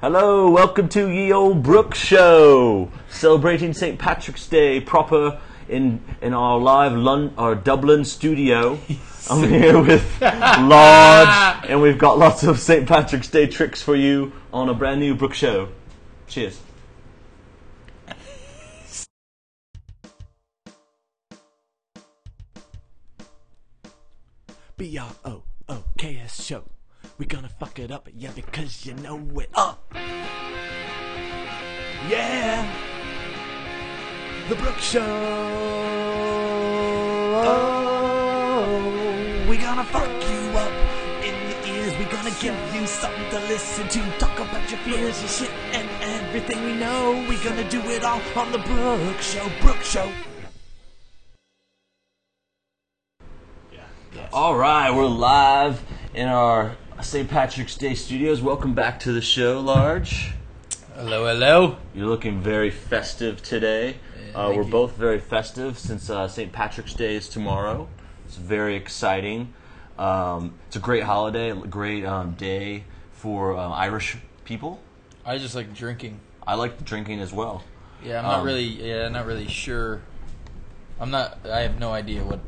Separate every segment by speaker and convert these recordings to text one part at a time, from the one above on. Speaker 1: Hello, welcome to Ye Old Brook Show, celebrating St. Patrick's Day proper in in our live Lon- our Dublin studio. I'm here with Lodge, and we've got lots of St. Patrick's Day tricks for you on a brand new Brook Show. Cheers.
Speaker 2: B R O O K S show. We gonna fuck it up, yeah, because you know it up. Yeah, the Brook Show. Oh, we gonna fuck you up in the ears. We gonna give you something to listen to. Talk about your fears, your shit, and everything we know. We gonna do it all on the Brook Show. Brook Show.
Speaker 1: All right, we're live in our St. Patrick's Day studios. Welcome back to the show, Large.
Speaker 3: Hello, hello.
Speaker 1: You're looking very festive today. Uh, we're both very festive since uh, St. Patrick's Day is tomorrow. It's very exciting. Um, it's a great holiday, a great um, day for um, Irish people.
Speaker 3: I just like drinking.
Speaker 1: I like the drinking as well.
Speaker 3: Yeah, I'm not
Speaker 1: Um,
Speaker 3: really. Yeah, I'm not really sure. I'm not. I have no idea what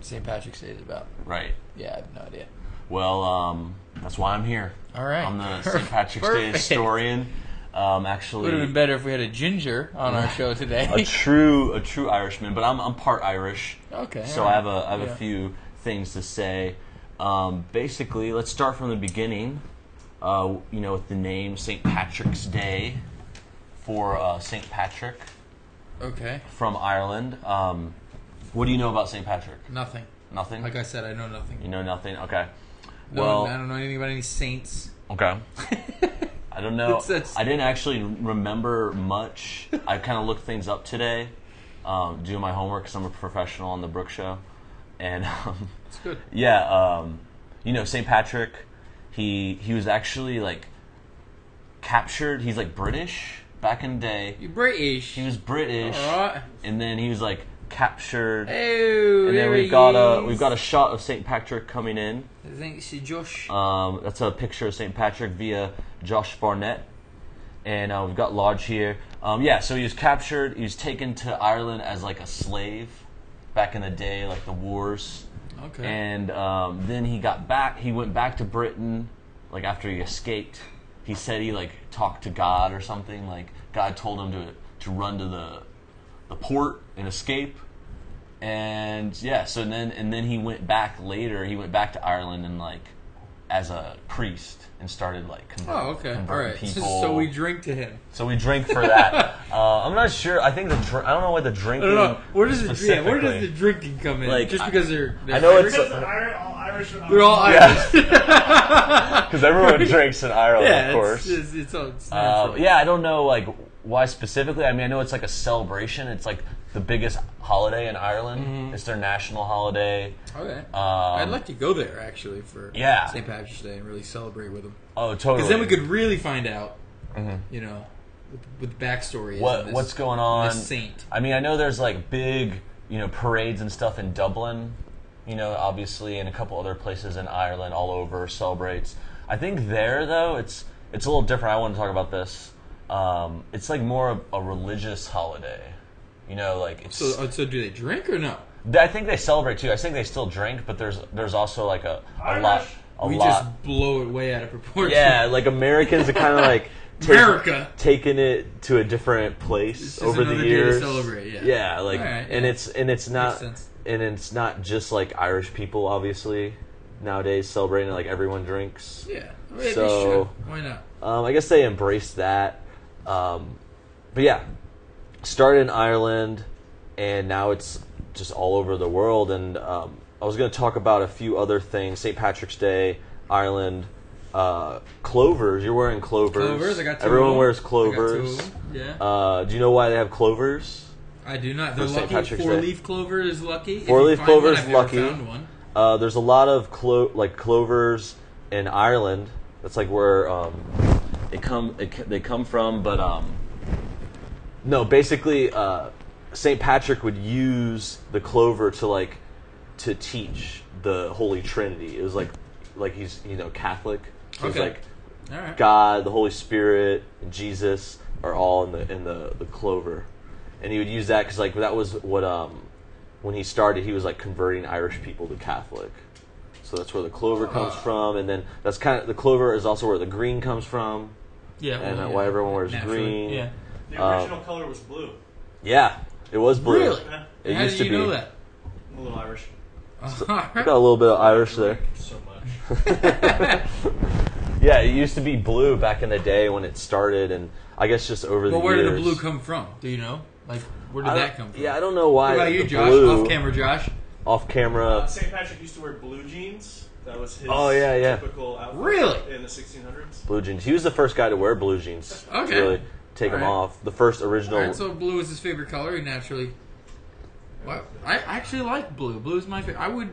Speaker 3: St. Patrick's Day is about.
Speaker 1: Right.
Speaker 3: Yeah, I have no idea.
Speaker 1: Well, um, that's why I'm here.
Speaker 3: All right.
Speaker 1: I'm the St. Patrick's Day
Speaker 3: Perfect.
Speaker 1: historian. Um,
Speaker 3: Would have
Speaker 1: actually,
Speaker 3: been better if we had a ginger on our show today.
Speaker 1: a true a true Irishman, but I'm I'm part Irish.
Speaker 3: Okay,
Speaker 1: So
Speaker 3: alright.
Speaker 1: I have a I have a
Speaker 3: Yeah.
Speaker 1: few things to say. Um, basically, let's start from the beginning. Uh, you know, with the name St. Patrick's Day for uh, St. Patrick
Speaker 3: okay.
Speaker 1: from Ireland. Um, what do you know about St. Patrick?
Speaker 3: Nothing.
Speaker 1: Nothing.
Speaker 3: Like I said, I know nothing.
Speaker 1: You know nothing. Okay.
Speaker 3: No,
Speaker 1: well,
Speaker 3: I don't know anything about any saints.
Speaker 1: Okay. I don't know.
Speaker 3: It's- it's-
Speaker 1: I didn't actually remember much. I kind of looked things up today, um, doing my homework because I'm a professional on the Brook Show, and um,
Speaker 3: It's good.
Speaker 1: yeah, um, you know St. Patrick. He he was actually like captured. He's like British back in the day.
Speaker 3: You British.
Speaker 1: He was British,
Speaker 3: Alright.
Speaker 1: and then he was like captured. And
Speaker 3: Oh,
Speaker 1: then
Speaker 3: there
Speaker 1: we've
Speaker 3: he
Speaker 1: got a
Speaker 3: is.
Speaker 1: we've got a shot of St. Patrick coming in.
Speaker 3: Thanks to Josh.
Speaker 1: Um, that's a picture of St. Patrick via Josh Barnett. And uh, we've got Lodge here. Um, yeah, so he was captured. He was taken to Ireland as like a slave back in the day, like the wars.
Speaker 3: okay.
Speaker 1: And um, then he got back. He went back to Britain, like after he escaped. He said he like talked to God or something. Like God told him to to run to the the port and escape. And yeah, so then and then he went back later. He went back to Ireland and like as a priest and started like convert,
Speaker 3: oh, okay. All
Speaker 1: converting
Speaker 3: right. So,
Speaker 1: people.
Speaker 3: so we drink to him.
Speaker 1: So we drink for that. uh, I'm not sure. I think the dr- I don't know what the drinking.
Speaker 3: No, no. Where does the yeah,
Speaker 1: specifically-
Speaker 3: where does the drinking come in?
Speaker 1: Like,
Speaker 3: Just
Speaker 1: I-
Speaker 3: because they're, they're
Speaker 1: I know it's
Speaker 3: Irish?
Speaker 4: Because Iri- all Irishmen are-
Speaker 3: we're all Irish.
Speaker 1: because everyone drinks in Ireland,
Speaker 3: Yeah,
Speaker 1: of course.
Speaker 3: It's, it's, it's, all- it's
Speaker 1: Uh,
Speaker 3: natural.
Speaker 1: yeah, I don't know like why specifically. I mean, I know it's like a celebration. It's like the biggest holiday in Ireland.
Speaker 3: Mm-hmm.
Speaker 1: It's their national holiday.
Speaker 3: Okay. I'd
Speaker 1: Um,
Speaker 3: like to go there actually for
Speaker 1: Yeah.
Speaker 3: St. Patrick's Day and really celebrate with them
Speaker 1: oh, totally. Mm-hmm.
Speaker 3: because then we could really find out, you know, what, what the backstory is. on
Speaker 1: what
Speaker 3: this,
Speaker 1: what's going on?
Speaker 3: This saint.
Speaker 1: I mean, I know there's like big you know parades and stuff in Dublin. You know, obviously, and a couple other places in Ireland, all over celebrates. I think there though, it's it's a little different. I want to talk about this. Um, it's like more of a religious holiday. You know, like it's
Speaker 3: So, uh, so do they drink or no?
Speaker 1: I think they celebrate too. I think they still drink, but there's there's also like a, a lot a
Speaker 3: we
Speaker 1: lot.
Speaker 3: just blow it way out of proportion.
Speaker 1: yeah, like Americans are kind of like take-
Speaker 3: America.
Speaker 1: taking it to a different place
Speaker 3: just
Speaker 1: over the
Speaker 3: another day to
Speaker 1: years.
Speaker 3: celebrate, yeah.
Speaker 1: like
Speaker 3: Alright,
Speaker 1: and
Speaker 3: yeah.
Speaker 1: it's and it's not
Speaker 3: sense.
Speaker 1: and it's not just like Irish people obviously nowadays celebrating like everyone drinks.
Speaker 3: Yeah. Maybe
Speaker 1: So-
Speaker 3: sure. Why not?
Speaker 1: Um, I guess they embraced that. Um, but yeah, started in Ireland, and now it's just all over the world. And um, I was going to talk about a few other things: St. Patrick's Day, Ireland, uh, clovers. You're wearing clovers.
Speaker 3: Clovers. I got two. of
Speaker 1: Everyone
Speaker 3: them.
Speaker 1: wears
Speaker 3: I
Speaker 1: clovers.
Speaker 3: got two of them. Yeah.
Speaker 1: Uh, do you know why they have clovers?
Speaker 3: I do not. They're
Speaker 1: for St.
Speaker 3: lucky.
Speaker 1: Patrick's Day.
Speaker 3: Four leaf clover is lucky. If you
Speaker 1: Four-leaf
Speaker 3: find one,
Speaker 1: clover's
Speaker 3: I've never
Speaker 1: lucky.
Speaker 3: Found one.
Speaker 1: Uh, there's a lot of clo- like clovers in Ireland. That's like where um, they come it, c- they come from. But um, no, basically, uh, Saint Patrick would use the clover to like to teach the Holy Trinity. It was like like he's you know Catholic. So It's
Speaker 3: Okay.
Speaker 1: like
Speaker 3: All right.
Speaker 1: God, the Holy Spirit, and Jesus are all in the in the, the clover, and he would use that because like that was what um when he started he was like converting Irish people to Catholic, so that's where the clover comes from, and then that's kind of the clover is also where the green comes from,
Speaker 3: Yeah.
Speaker 1: and
Speaker 3: well,
Speaker 1: why
Speaker 3: yeah.
Speaker 1: everyone wears
Speaker 3: Naturally,
Speaker 1: green.
Speaker 3: Yeah.
Speaker 4: The
Speaker 5: Um,
Speaker 4: original color was blue.
Speaker 1: Yeah, it was blue.
Speaker 3: Really?
Speaker 4: Eh,
Speaker 1: It
Speaker 3: How
Speaker 1: used
Speaker 3: do
Speaker 1: to
Speaker 3: you
Speaker 1: be.
Speaker 3: know that?
Speaker 4: I'm a little Irish.
Speaker 1: Got a little bit of Irish there.
Speaker 4: So much.
Speaker 1: Yeah, it used to be blue back in the day when it started, and I guess just over
Speaker 3: Well,
Speaker 1: the
Speaker 3: where
Speaker 1: years.
Speaker 3: did the blue come from? Do you know? Like, where did
Speaker 1: I
Speaker 3: that
Speaker 1: don't-
Speaker 3: come from?
Speaker 1: Yeah, I don't know why.
Speaker 3: What about
Speaker 1: the
Speaker 3: you, Josh?
Speaker 1: blue-
Speaker 3: Off camera, Josh.
Speaker 1: Off camera.
Speaker 4: St. Uh, Patrick used to wear blue jeans. That was his
Speaker 1: Oh, yeah, yeah.
Speaker 4: typical outfit
Speaker 3: Really?
Speaker 4: in the 1600s.
Speaker 1: Blue jeans. He was the first guy to wear blue jeans. to
Speaker 3: Okay.
Speaker 1: Really take them
Speaker 3: Alright.
Speaker 1: off. The first original.
Speaker 3: All right, so blue is his favorite color. He naturally. Well, I actually like blue. Blue is my favorite. I would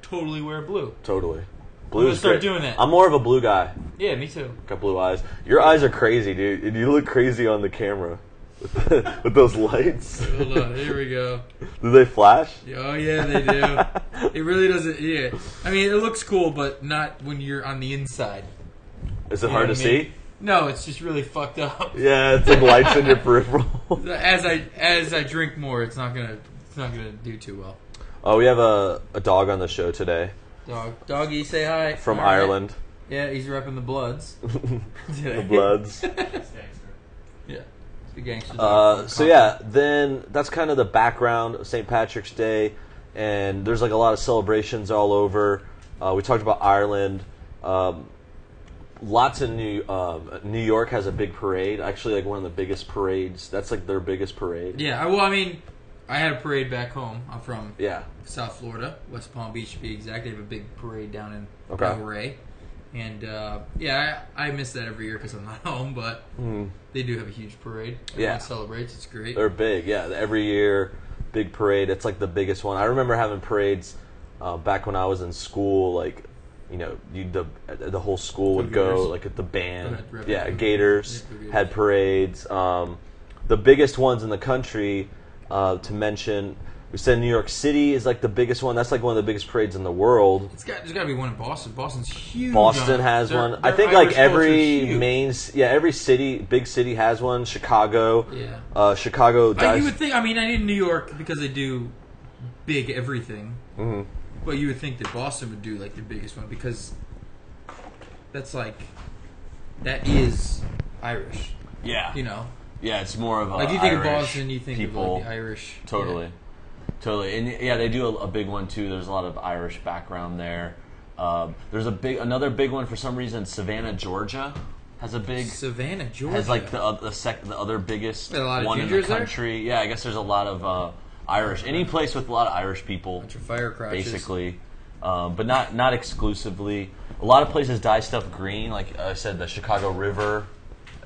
Speaker 3: totally wear blue.
Speaker 1: totally. Blue's
Speaker 3: start
Speaker 1: great.
Speaker 3: doing that.
Speaker 1: I'm more of a blue guy.
Speaker 3: Yeah, me too.
Speaker 1: Got blue eyes. Your eyes are crazy, dude. And you look crazy on the camera with, with those lights.
Speaker 3: Hold on, here we go.
Speaker 1: Do they flash?
Speaker 3: Oh yeah, they do. it really doesn't. Yeah, I mean, it looks cool, but not when you're on the inside.
Speaker 1: Is it
Speaker 3: You know
Speaker 1: hard to
Speaker 3: what I mean?
Speaker 1: see?
Speaker 3: No, it's just really fucked up.
Speaker 1: Yeah, it's like lights in your peripheral.
Speaker 3: As I as I drink more, it's not gonna it's not gonna do too well.
Speaker 1: Oh, we have a, a dog on the show today
Speaker 3: Dog, doggy, say hi.
Speaker 1: from
Speaker 3: All right.
Speaker 1: Ireland.
Speaker 3: Yeah, he's repping the Bloods.
Speaker 1: The Bloods.
Speaker 4: That's gangster.
Speaker 3: Yeah, the gangster.
Speaker 1: Uh,
Speaker 3: dog.
Speaker 1: so yeah, then that's kind of the background of St. Patrick's Day, and there's like a lot of celebrations all over. Uh, we talked about Ireland. Um, lots of New um, New York has a big parade. Actually, like one of the biggest parades. That's like their biggest parade.
Speaker 3: Yeah, I- well, I mean, I had a parade back home. I'm from
Speaker 1: Yeah.
Speaker 3: South Florida, West Palm Beach to be exact. They have a big parade down in
Speaker 1: Okay.
Speaker 3: Delray. And uh, yeah, I, I miss that every year because I'm not home, but they do have a huge parade. Everyone
Speaker 1: Hmm. Yeah.
Speaker 3: celebrates. It's great.
Speaker 1: They're big, yeah. Every year, big parade. It's like the biggest one. I remember having parades uh, back when I was in school. Like, you know, you the the whole school would go
Speaker 3: Gators.
Speaker 1: like at the band.
Speaker 3: Red- red-
Speaker 1: Yeah,
Speaker 3: red-
Speaker 1: Gators
Speaker 3: red- red-
Speaker 1: had parades. Um, the biggest ones in the country uh, to mention. We said New York City is like the biggest one. That's like one of the biggest parades in the world.
Speaker 3: It's got, there's got to be one in Boston. Boston's huge. on
Speaker 1: Boston
Speaker 3: it.
Speaker 1: has
Speaker 3: Their-
Speaker 1: one. I
Speaker 3: their
Speaker 1: think
Speaker 3: Irish
Speaker 1: like
Speaker 3: culture is
Speaker 1: every
Speaker 3: huge.
Speaker 1: main, c- yeah, every city, big city has one. Chicago,
Speaker 3: Yeah.
Speaker 1: uh, Chicago.
Speaker 3: I,
Speaker 1: Dives,
Speaker 3: you would think. I mean, I need New York because they do big everything. Mm-hmm.
Speaker 1: Hmm.
Speaker 3: But you would think that Boston would do like the biggest one because that's like that is Irish.
Speaker 1: yeah,
Speaker 3: You know,
Speaker 1: Yeah, it's more of a
Speaker 3: like you think
Speaker 1: Irish
Speaker 3: of Boston, you think
Speaker 1: people.
Speaker 3: of like, the Irish.
Speaker 1: Totally, totally, and yeah, they do a, a big one too. There's a lot of Irish background there. Um, there's a big another big one for some reason. Savannah, Georgia, has a big
Speaker 3: Yeah. Savannah, Georgia.
Speaker 1: has like the oth- the, sec, the other biggest
Speaker 3: There are a lot of
Speaker 1: one in the
Speaker 3: Gingers there?
Speaker 1: country. Yeah, I guess there's a lot of uh, Irish. Any place with a lot of Irish people,
Speaker 3: bunch of fire crotches.
Speaker 1: basically, um, but not not exclusively. A lot of places dye stuff green. Like I said, the Chicago River,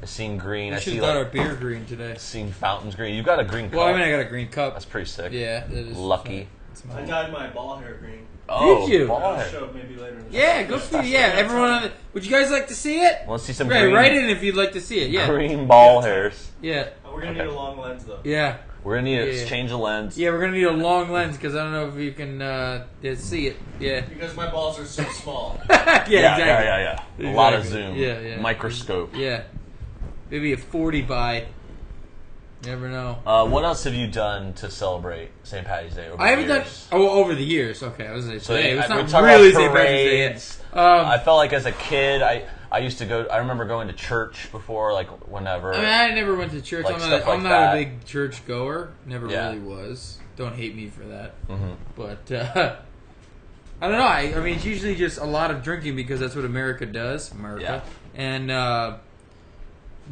Speaker 1: I seen green.
Speaker 3: I
Speaker 1: I
Speaker 3: should
Speaker 1: see
Speaker 3: have got
Speaker 1: like,
Speaker 3: our beer green today.
Speaker 1: seen fountains green. You've got a green.
Speaker 3: Well, I
Speaker 1: cup.
Speaker 3: mean, I got a green cup.
Speaker 1: That's pretty sick.
Speaker 3: yeah, that is
Speaker 1: Lucky.
Speaker 3: It's
Speaker 4: I
Speaker 3: my-
Speaker 4: dyed my ball hair green.
Speaker 1: Oh,
Speaker 3: you?
Speaker 1: ball
Speaker 4: I'll
Speaker 1: hair.
Speaker 4: show maybe later. In the
Speaker 3: Yeah, go for yeah. Everyone, would you guys like to see it?
Speaker 1: Wanna see some
Speaker 3: Right,
Speaker 1: green,
Speaker 3: write in if you'd like to see it. Yeah,
Speaker 1: green ball hairs.
Speaker 3: yeah,
Speaker 4: Oh, We're gonna
Speaker 1: Okay.
Speaker 4: need a long lens though.
Speaker 3: yeah.
Speaker 1: We're gonna need to
Speaker 3: Yeah.
Speaker 1: change the lens.
Speaker 3: Yeah, we're gonna need a long lens because I don't know if you can uh, yeah, see it. Yeah.
Speaker 4: Because my balls are so small.
Speaker 3: yeah,
Speaker 1: yeah,
Speaker 3: exactly.
Speaker 1: yeah, yeah, yeah. A lot of
Speaker 3: Exactly.
Speaker 1: zoom.
Speaker 3: Yeah, yeah.
Speaker 1: Microscope.
Speaker 3: Yeah. maybe a forty by. Never know.
Speaker 1: Uh, what else have you done to celebrate St. Patty's Day? Over
Speaker 3: I haven't
Speaker 1: the
Speaker 3: done
Speaker 1: years?
Speaker 3: oh over the years. Okay, I was gonna say today.
Speaker 1: I-
Speaker 3: It's
Speaker 1: we're
Speaker 3: not
Speaker 1: talking
Speaker 3: really
Speaker 1: about
Speaker 3: St. Patrick's Day.
Speaker 1: parades.
Speaker 3: yet. Um,
Speaker 1: I felt like as a kid, I I used to go. I remember going to church before, like whenever.
Speaker 3: I mean, I never went to church.
Speaker 1: Like
Speaker 3: I'm not,
Speaker 1: stuff
Speaker 3: a,
Speaker 1: like
Speaker 3: I'm not
Speaker 1: that.
Speaker 3: a big church goer. Never
Speaker 1: Yeah. Mm-hmm.
Speaker 3: really was. Don't hate me for that. But uh, I don't know. I, I mean, it's usually just a lot of drinking because that's what America does. America and uh,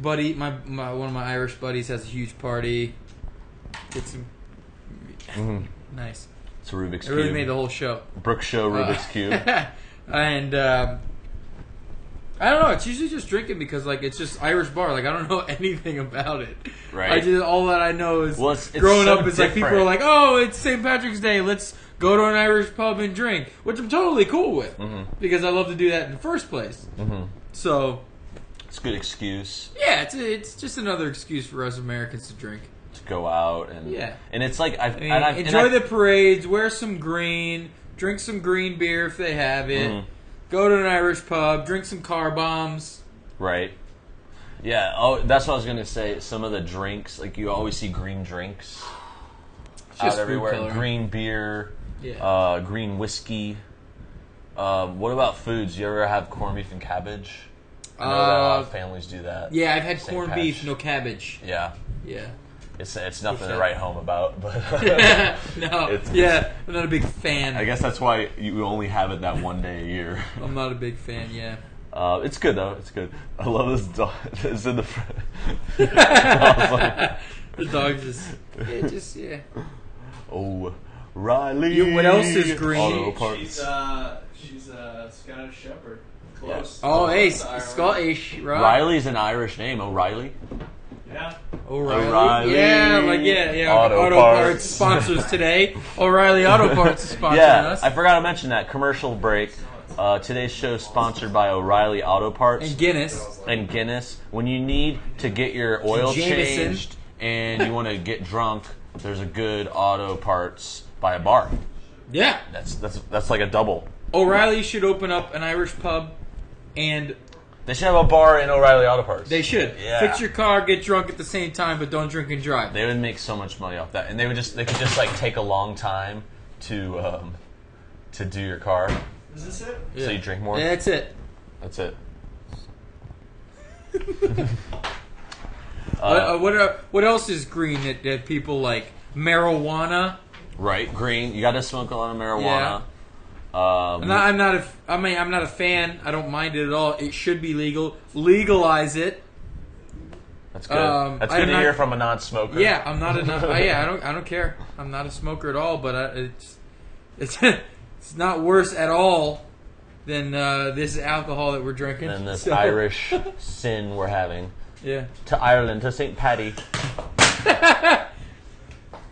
Speaker 3: buddy, my, my one of my Irish buddies has a huge party. Get some nice.
Speaker 1: Mm-hmm. it's a Rubik's
Speaker 3: It really
Speaker 1: cube.
Speaker 3: made the Uh. whole show.
Speaker 1: Brooke show Rubik's cube.
Speaker 3: and um, I don't know. It's usually just drinking because like it's just Irish bar. Like I don't know anything about it.
Speaker 1: Right.
Speaker 3: I just all that I know is
Speaker 1: Well, it's- it's
Speaker 3: growing
Speaker 1: so
Speaker 3: up. It's like people
Speaker 1: different.
Speaker 3: are like, oh, it's St. Patrick's Day. Let's go to an Irish pub and drink, which I'm totally cool with
Speaker 1: Mm-hmm.
Speaker 3: because I love to do that in the first place. Mm-hmm. So
Speaker 1: It's a good excuse.
Speaker 3: yeah, it's it's just another excuse for us Americans to drink.
Speaker 1: to go out and
Speaker 3: Yeah.
Speaker 1: and it's like I've,
Speaker 3: I mean,
Speaker 1: and I've and
Speaker 3: enjoy
Speaker 1: I've- Mm-hmm.
Speaker 3: the parades. Wear some green. Drink some green beer if they have it. Go to an Irish pub, drink some car bombs.
Speaker 1: Right. Yeah. Oh, that's what I was gonna say. Some of the drinks, like you always see green drinks out
Speaker 3: food
Speaker 1: everywhere.
Speaker 3: coloring.
Speaker 1: Green beer,
Speaker 3: Yeah.
Speaker 1: uh, green whiskey. Um, what about foods? You ever have corned beef and cabbage? I know that a lot
Speaker 3: Uh,
Speaker 1: of families do that.
Speaker 3: yeah, I've had
Speaker 1: Same
Speaker 3: corned
Speaker 1: patch.
Speaker 3: beef, no cabbage.
Speaker 1: Yeah.
Speaker 3: Yeah.
Speaker 1: It's it's nothing to
Speaker 3: that?
Speaker 1: write home about, but
Speaker 3: no.
Speaker 1: It's-
Speaker 3: yeah, I'm not a big fan.
Speaker 1: I guess that's why you only have it that one day a year.
Speaker 3: I'm not a big fan. Yeah.
Speaker 1: Uh, it's good though. It's good. I love this dog. It's in the. Fr- I was like,
Speaker 3: The dog just, yeah, just yeah.
Speaker 1: oh, Riley.
Speaker 3: You- what else is green?
Speaker 1: All the
Speaker 4: She-
Speaker 1: parts.
Speaker 4: she's uh, she's a Scottish Shepherd. Close.
Speaker 3: Oh, hey,
Speaker 4: Close to Ireland.
Speaker 3: Scottish, right?
Speaker 1: Riley's an Irish name. O'Reilly.
Speaker 4: Yeah.
Speaker 3: O'Reilly.
Speaker 1: O'Reilly.
Speaker 3: Yeah, like yeah, yeah.
Speaker 1: Auto
Speaker 3: Auto,
Speaker 1: Parts.
Speaker 3: Parts, sponsors today. O'Reilly Auto Parts is sponsoring
Speaker 1: Yeah,
Speaker 3: us.
Speaker 1: I forgot to mention that commercial break. Uh, today's show is sponsored by O'Reilly Auto Parts
Speaker 3: and Guinness.
Speaker 1: and Guinness. When you need to get your oil
Speaker 3: Jameson.
Speaker 1: changed and you want to get drunk, there's a good Auto Parts by a bar.
Speaker 3: Yeah.
Speaker 1: That's that's that's like a double.
Speaker 3: O'Reilly should open up an Irish pub, and
Speaker 1: They should have a bar in O'Reilly Auto Parts.
Speaker 3: they should
Speaker 1: Yeah.
Speaker 3: fix your car, get drunk at the same time, but don't drink and drive.
Speaker 1: They would make so much money off that, and they would just they could just like take a long time to um, to do your car,
Speaker 4: Is this it?
Speaker 1: so
Speaker 3: Yeah.
Speaker 1: you drink more.
Speaker 3: That's it.
Speaker 1: That's it.
Speaker 3: Uh, uh, what are, what else is green that, that people like? Marijuana.
Speaker 1: Right, green. You got to smoke a lot of marijuana. Um,
Speaker 3: I'm not, I'm not a. f- I mean, I'm not a fan. I don't mind it at all. It should be legal. Legalize it.
Speaker 1: That's good.
Speaker 3: Um,
Speaker 1: That's
Speaker 3: I
Speaker 1: good
Speaker 3: did
Speaker 1: to
Speaker 3: not-
Speaker 1: hear from a non-smoker.
Speaker 3: Yeah, I'm not a. Not, yeah, I don't. I don't care. I'm not a smoker at all. But I, it's it's it's not worse at all than uh, this alcohol that we're drinking.
Speaker 1: And this
Speaker 3: So,
Speaker 1: Irish sin we're having
Speaker 3: Yeah.
Speaker 1: to Ireland to St. Patty.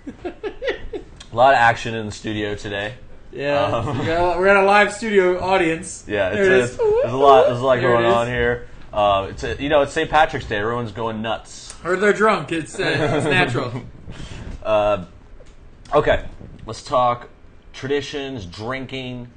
Speaker 1: a lot of action in the studio today.
Speaker 3: Yeah, we got a lot- we're at a live studio audience.
Speaker 1: Um, Yeah, it's,
Speaker 3: there it
Speaker 1: it's,
Speaker 3: is.
Speaker 1: there's a lot. There's a lot
Speaker 3: There
Speaker 1: going
Speaker 3: it is.
Speaker 1: on here. Uh, it's a, you know it's St. Patrick's Day. Everyone's going nuts.
Speaker 3: Or they're drunk. It's uh, it's natural.
Speaker 1: Okay, let's talk traditions, drinking.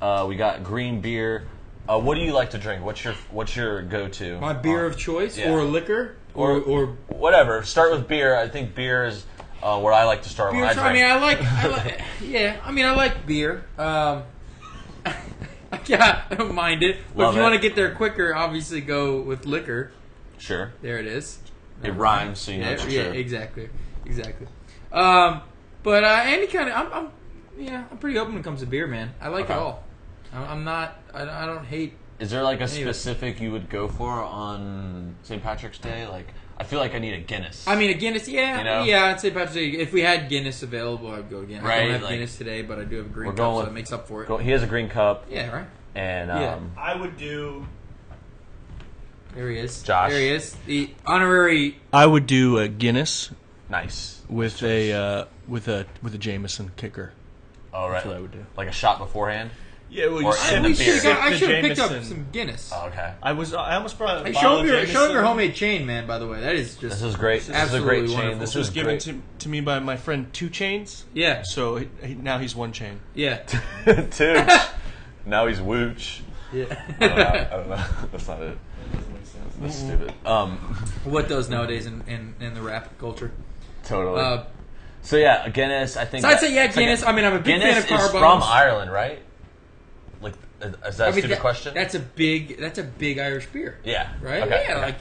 Speaker 1: Uh, we got green beer. Uh, what do you like to drink? What's your what's your go-to?
Speaker 3: My beer
Speaker 1: Uh,
Speaker 3: of choice,
Speaker 1: Yeah.
Speaker 3: or liquor, or or
Speaker 1: whatever. Start with beer. I think beer is uh, what I like to start
Speaker 3: beer.
Speaker 1: with.
Speaker 3: so, I mean, I like, I like, yeah. I mean, I like beer. Um, yeah, I don't mind it. But
Speaker 1: Love
Speaker 3: if you
Speaker 1: it.
Speaker 3: want to get there quicker, obviously go with liquor.
Speaker 1: sure.
Speaker 3: There it is.
Speaker 1: It rhymes, so you know
Speaker 3: Yeah,
Speaker 1: it's
Speaker 3: yeah,
Speaker 1: true.
Speaker 3: exactly, exactly. Um, but uh, any kind of, I'm, I'm, yeah, I'm pretty open when it comes to beer, man. I like
Speaker 1: Okay.
Speaker 3: it all. I'm, I'm not, I, I don't hate.
Speaker 1: Is there like a
Speaker 3: Anyway.
Speaker 1: specific you would go for on St. Patrick's Day? Like, I feel like I need a Guinness.
Speaker 3: I mean, a Guinness, yeah,
Speaker 1: You know?
Speaker 3: yeah. I'd say Patrick's Day. If we had Guinness available, I'd go again. I
Speaker 1: Right,
Speaker 3: don't have
Speaker 1: like-
Speaker 3: Guinness today, but I do have a green
Speaker 1: We're
Speaker 3: cup,
Speaker 1: going
Speaker 3: so
Speaker 1: with-
Speaker 3: that makes up for it.
Speaker 1: Go, he has a green cup,
Speaker 3: yeah, right.
Speaker 1: and um,
Speaker 3: Yeah.
Speaker 4: I would do.
Speaker 3: There he is.
Speaker 1: Josh.
Speaker 3: There he is. The honorary.
Speaker 5: I would do a Guinness
Speaker 1: nice.
Speaker 5: with a uh, with a with a Jameson kicker.
Speaker 1: All right,
Speaker 5: That's what I would do.
Speaker 1: like a shot beforehand.
Speaker 5: Yeah, well,
Speaker 1: Or sip- And the
Speaker 3: we
Speaker 1: beer.
Speaker 3: should have. I
Speaker 5: The
Speaker 3: should have picked up
Speaker 5: Jameson.
Speaker 3: some Guinness.
Speaker 1: Oh, okay,
Speaker 5: I was I almost brought
Speaker 3: Hey, show him your show him your homemade chain, man. By the way, that is just
Speaker 1: this is great. This is a
Speaker 3: absolutely
Speaker 1: great chain.
Speaker 3: wonderful.
Speaker 1: This
Speaker 5: It was
Speaker 1: is
Speaker 5: given
Speaker 1: great.
Speaker 5: to, to me by my friend Two Chains.
Speaker 3: yeah,
Speaker 5: So he, he, now he's one chain.
Speaker 3: yeah,
Speaker 1: Tooch. now he's wooch.
Speaker 3: yeah.
Speaker 1: I don't know. That's not it. That's stupid. Um,
Speaker 3: what does nowadays in, in, in the rap culture?
Speaker 1: totally.
Speaker 3: Uh,
Speaker 1: so yeah, Guinness. I think.
Speaker 3: so I'd say yeah,
Speaker 1: it's like a-
Speaker 3: Guinness. I mean, I'm a big
Speaker 1: Guinness
Speaker 3: fan of car
Speaker 1: is
Speaker 3: bombs.
Speaker 1: from Ireland, right? Like, uh, is that
Speaker 3: I
Speaker 1: a
Speaker 3: mean,
Speaker 1: stupid
Speaker 3: that-
Speaker 1: question?
Speaker 3: That's a big. That's a big Irish beer.
Speaker 1: yeah.
Speaker 3: Right.
Speaker 1: Okay.
Speaker 3: Yeah.
Speaker 1: okay.
Speaker 3: Like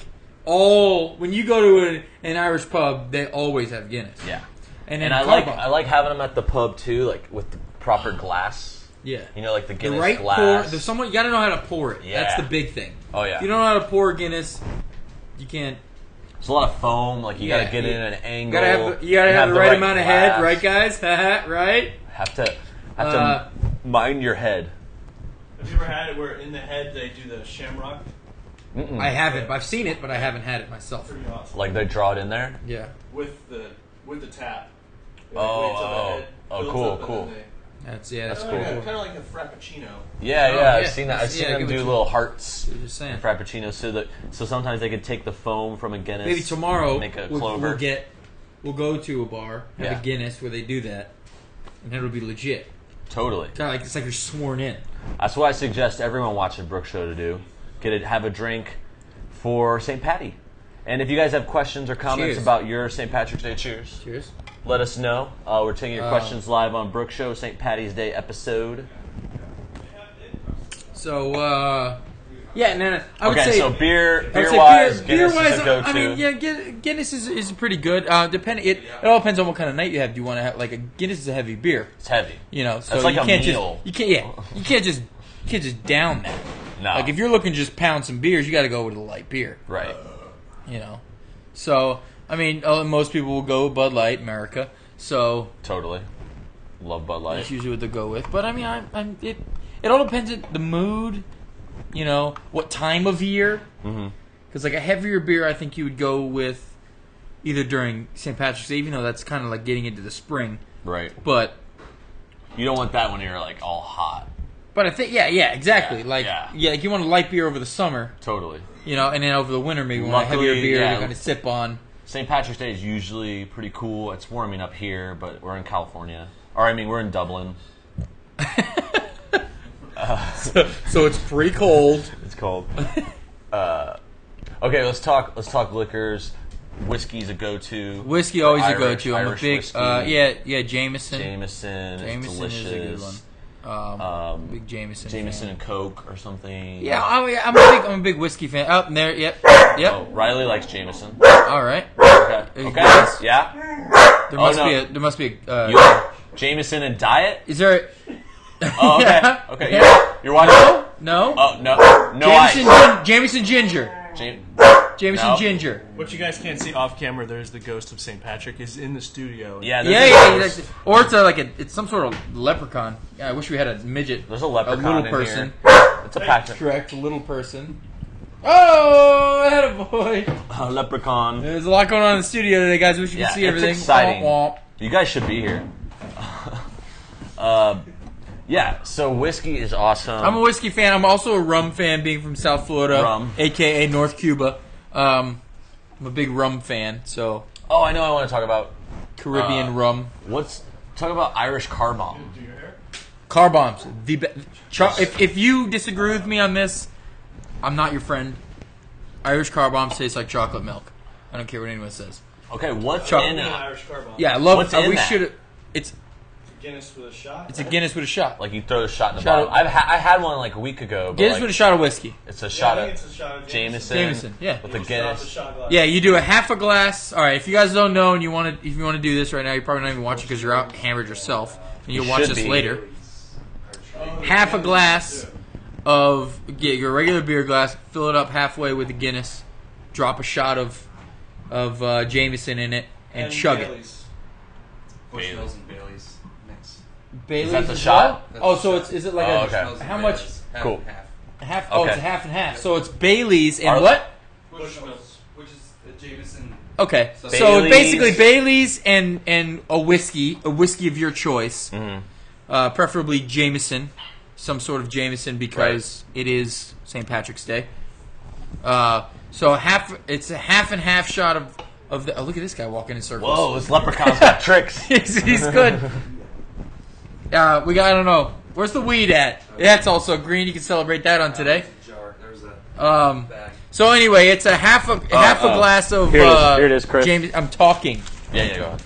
Speaker 3: all when you go to an, an Irish pub, they always have Guinness.
Speaker 1: yeah.
Speaker 3: And then
Speaker 1: And I
Speaker 3: car
Speaker 1: like
Speaker 3: bomb.
Speaker 1: I like having them at the pub too, like with the proper glass.
Speaker 3: yeah.
Speaker 1: You know, like the
Speaker 3: The
Speaker 1: Guinness
Speaker 3: right pour.
Speaker 1: glass.
Speaker 3: There's someone you gotta know how to pour it.
Speaker 1: Yeah.
Speaker 3: That's the big thing.
Speaker 1: Oh, yeah.
Speaker 3: If you don't know how to pour Guinness, you can't.
Speaker 1: There's a lot of foam. Like you
Speaker 3: Yeah,
Speaker 1: gotta get
Speaker 3: you-
Speaker 1: in at an
Speaker 3: You
Speaker 1: angle.
Speaker 3: gotta have the, you gotta have, the, right, amount of head,
Speaker 1: glass.
Speaker 3: right, guys? Haha, right?
Speaker 1: Have to have
Speaker 3: Uh,
Speaker 1: to mind your head.
Speaker 4: Have you ever had it where in the head they do the shamrock?
Speaker 1: Hmm.
Speaker 3: I haven't. I've seen it, but I haven't had it myself.
Speaker 4: Pretty awesome.
Speaker 1: Like they draw it in there.
Speaker 3: Yeah,
Speaker 4: with the with the tap. They,
Speaker 1: Oh,
Speaker 4: wait till the
Speaker 1: oh,
Speaker 4: head
Speaker 1: oh,
Speaker 4: builds
Speaker 1: cool,
Speaker 4: up and
Speaker 1: cool.
Speaker 4: then
Speaker 3: that's yeah, that's
Speaker 4: They,
Speaker 3: cool.
Speaker 4: Kind of like a frappuccino.
Speaker 1: Yeah,
Speaker 3: Oh,
Speaker 1: yeah, I've
Speaker 3: yeah.
Speaker 1: seen that. I've seen
Speaker 3: Yeah,
Speaker 1: them
Speaker 3: give it
Speaker 1: do
Speaker 3: to-
Speaker 1: little hearts
Speaker 3: I'm just saying.
Speaker 1: in frappuccinos, so that so sometimes they could take the foam from a Guinness.
Speaker 3: Maybe tomorrow
Speaker 1: make a
Speaker 3: we'll,
Speaker 1: clover.
Speaker 3: we'll get we'll go to a bar have
Speaker 1: Yeah.
Speaker 3: a Guinness where they do that, and it'll be legit.
Speaker 1: Totally.
Speaker 3: Kind of like it's like you're sworn in.
Speaker 1: That's what I suggest everyone watching Brooke Show to do. Get it, have a drink for St. Patty. And if you guys have questions or comments
Speaker 3: Cheers.
Speaker 1: about your St. Patrick's Day, cheers.
Speaker 3: Cheers.
Speaker 1: Let us know. Uh, we're taking your
Speaker 3: Uh,
Speaker 1: questions live on Brooke Show St. Patty's Day episode.
Speaker 3: So uh, yeah, no, no. I would
Speaker 1: Okay,
Speaker 3: say
Speaker 1: so beer,
Speaker 3: I would
Speaker 1: beer
Speaker 3: say
Speaker 1: wise, Guinness
Speaker 3: beer-wise,
Speaker 1: is a go-to.
Speaker 3: I mean, yeah, Guin- Guinness is, is pretty good. Uh, depend it, it all depends on what kind of night you have. Do you want to have like a Guinness is a heavy beer,
Speaker 1: It's heavy.
Speaker 3: you know? So
Speaker 1: That's like
Speaker 3: you
Speaker 1: a
Speaker 3: can't
Speaker 1: meal.
Speaker 3: just you can't yeah you can't just you can't just down that.
Speaker 1: No.
Speaker 3: Like if you're looking to just pound some beers, you got to go with a light beer,
Speaker 1: right.
Speaker 3: you know? So I mean, uh, most people will go Bud Light, America. So
Speaker 1: Totally. Love Bud Light.
Speaker 3: That's usually what they go with. But I mean, I'm, I'm it. It all depends on the mood, you know, what time of year. Because
Speaker 1: Mm-hmm.
Speaker 3: like a heavier beer, I think you would go with either during St. Patrick's Day, even though that's kind of like getting into the spring.
Speaker 1: Right.
Speaker 3: But
Speaker 1: You don't want that when you're like all hot.
Speaker 3: but I think yeah yeah exactly
Speaker 1: Yeah,
Speaker 3: like
Speaker 1: yeah.
Speaker 3: yeah. like you want a light beer over the summer,
Speaker 1: Totally.
Speaker 3: you know, and then over the winter maybe you want a
Speaker 1: Luckily,
Speaker 3: heavier beer
Speaker 1: yeah.
Speaker 3: to kind of sip on.
Speaker 1: St. Patrick's Day is usually pretty cool. It's warming up here, but we're in California. Or I mean, we're in Dublin.
Speaker 3: So it's pretty cold.
Speaker 1: It's cold. uh, okay, let's talk. Let's talk liquors. Whiskey's a go-to.
Speaker 3: Whiskey always
Speaker 1: Irish-
Speaker 3: a go-to. I'm
Speaker 1: Irish
Speaker 3: a big
Speaker 1: whiskey.
Speaker 3: uh, yeah yeah Jameson.
Speaker 1: Jameson. is
Speaker 3: Jameson is
Speaker 1: delicious.
Speaker 3: a good one. Um,
Speaker 1: Um,
Speaker 3: big Jameson. fan.
Speaker 1: Jameson and Coke or something.
Speaker 3: Yeah, I'm, yeah, I'm a big, I'm a big whiskey fan. Oh, there, yep, yep.
Speaker 1: Oh, Riley likes Jameson.
Speaker 3: All right.
Speaker 1: Okay.
Speaker 3: you
Speaker 1: okay.
Speaker 3: guys-
Speaker 1: Yeah.
Speaker 3: There must
Speaker 1: Oh, no.
Speaker 3: be a, there must be a. Uh,
Speaker 1: You like Jameson and diet.
Speaker 3: is there?
Speaker 1: Oh, okay.
Speaker 3: Yeah.
Speaker 1: Okay.
Speaker 3: Yeah.
Speaker 1: You're, you're watching.
Speaker 3: A, no.
Speaker 1: Oh no, no
Speaker 3: Jameson,
Speaker 1: ice.
Speaker 3: gin, Jameson ginger.
Speaker 1: Jam-
Speaker 3: Jameson
Speaker 1: No.
Speaker 3: ginger.
Speaker 5: What you guys can't see off camera, there's the ghost of St. Patrick. Is in the studio.
Speaker 1: yeah, there's
Speaker 3: Yeah,
Speaker 1: a-
Speaker 3: yeah. That's, or it's a, like a, it's some sort of leprechaun. Yeah, I wish we had a midget.
Speaker 1: There's a leprechaun
Speaker 3: A
Speaker 1: in
Speaker 3: little person.
Speaker 1: here. It's a Patrick.
Speaker 3: Correct. A little person. Oh, I had a boy.
Speaker 1: A leprechaun.
Speaker 3: There's a lot going on in the studio today, guys. Wish you
Speaker 1: Yeah,
Speaker 3: could see
Speaker 1: it's
Speaker 3: everything.
Speaker 1: exciting.
Speaker 3: Womp, womp.
Speaker 1: You guys should be here. uh, yeah. So whiskey is awesome.
Speaker 3: I'm a whiskey fan. I'm also a rum fan, being from South Florida,
Speaker 1: Rum.
Speaker 3: aka North Cuba. Um, I'm a big rum fan, so
Speaker 1: oh, I know. I want to talk about
Speaker 3: Caribbean
Speaker 1: Uh,
Speaker 3: rum,
Speaker 1: what's talk about Irish car bomb.
Speaker 3: car bombs. The be- Char- if if you disagree with me on this, I'm not your friend. Irish car bombs taste like chocolate milk. I don't care what anyone says.
Speaker 1: Okay, what's
Speaker 3: Chuck.
Speaker 1: in it?
Speaker 4: Irish car bomb.
Speaker 3: Yeah, I love.
Speaker 1: What's
Speaker 3: uh,
Speaker 1: in
Speaker 3: we
Speaker 1: that?
Speaker 3: should. It's
Speaker 4: Guinness with a shot.
Speaker 3: it's a Guinness with a shot.
Speaker 1: Like you throw a shot in the bottle.
Speaker 3: Shot of-
Speaker 1: I've ha- I had one like a week ago. But
Speaker 3: Guinness
Speaker 1: like,
Speaker 3: with a shot of whiskey.
Speaker 1: It's a
Speaker 4: yeah, I
Speaker 1: shot
Speaker 4: think
Speaker 1: of
Speaker 4: it's a shot of
Speaker 1: Jameson.
Speaker 4: Jameson.
Speaker 3: Jameson, yeah.
Speaker 1: With the
Speaker 4: You stop
Speaker 1: Guinness.
Speaker 4: shot glass.
Speaker 3: Yeah, you do a half a glass. All right, if you guys don't know and you want to, if you want to do this right now, you're probably not even watching because you're out hammered yourself, and you'll
Speaker 1: You
Speaker 3: watch
Speaker 1: should
Speaker 3: this
Speaker 1: be.
Speaker 3: later.
Speaker 4: Oh,
Speaker 3: half a
Speaker 4: yeah,
Speaker 3: glass
Speaker 4: yeah.
Speaker 3: of get your regular beer glass, fill it up halfway with a Guinness, drop a shot of of uh, Jameson in it, and, chug
Speaker 6: Bushmills and Bailey's mix.
Speaker 3: it. Bailey's
Speaker 1: Is that the shot?
Speaker 6: That's
Speaker 3: Oh,
Speaker 6: the
Speaker 3: so
Speaker 6: shot.
Speaker 3: it's is it like
Speaker 1: Oh,
Speaker 3: a
Speaker 1: okay.
Speaker 6: Bushmills and
Speaker 3: How much-
Speaker 6: Baileys, half
Speaker 1: Cool.
Speaker 6: and half.
Speaker 3: half? Oh, it's
Speaker 1: Okay.
Speaker 3: a half and half. So it's Bailey's and
Speaker 1: Are-
Speaker 3: what?
Speaker 4: Bushmills.
Speaker 6: Which is the Jameson.
Speaker 3: Okay, so
Speaker 1: Bailey's.
Speaker 3: basically Bailey's and and a whiskey, a whiskey of your choice,
Speaker 1: Mm-hmm.
Speaker 3: uh, preferably Jameson, some sort of Jameson because it is St. Patrick's Day. Uh, so half, it's a half and half shot of of the. Oh, look at this guy walking in circles.
Speaker 1: Whoa, this leprechaun's got tricks.
Speaker 3: he's, he's good. Uh, we got. I don't know. Where's the weed at? That's also green. You can celebrate that on today.
Speaker 6: There's a jar. There's a
Speaker 3: Um,
Speaker 6: bag.
Speaker 3: so anyway, it's a half a half a
Speaker 1: oh.
Speaker 3: glass of.
Speaker 1: Here it is.
Speaker 3: Uh,
Speaker 1: Here it is, Chris.
Speaker 3: James, I'm talking.
Speaker 1: Yeah, yeah, go ahead.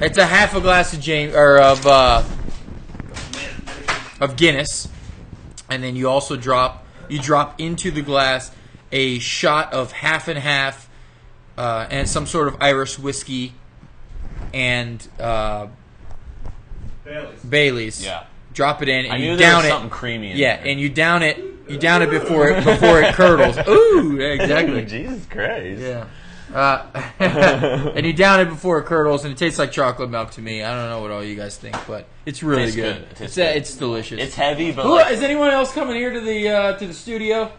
Speaker 3: It's a half a glass of James or of uh, of Guinness, and then you also drop you drop into the glass a shot of half and half, uh, and some sort of Irish whiskey, and uh,
Speaker 4: Bailey's.
Speaker 3: Bailey's.
Speaker 1: Yeah.
Speaker 3: Drop it in and
Speaker 1: I
Speaker 3: you
Speaker 1: knew there
Speaker 3: down
Speaker 1: was
Speaker 3: it.
Speaker 1: something creamy. In
Speaker 3: yeah,
Speaker 1: there.
Speaker 3: and you down it. You down it before it before it curdles. Ooh, yeah, exactly.
Speaker 1: Jesus Christ.
Speaker 3: Yeah. Uh, and you down it before it curdles, and it tastes like chocolate milk to me. I don't know what all you guys think, but it's really
Speaker 1: Tastes
Speaker 3: good.
Speaker 1: good. It
Speaker 3: It's uh,
Speaker 1: tastes good.
Speaker 3: it's delicious.
Speaker 1: It's heavy, but
Speaker 3: Who-
Speaker 1: like,
Speaker 3: is anyone else coming here to the uh, to the studio?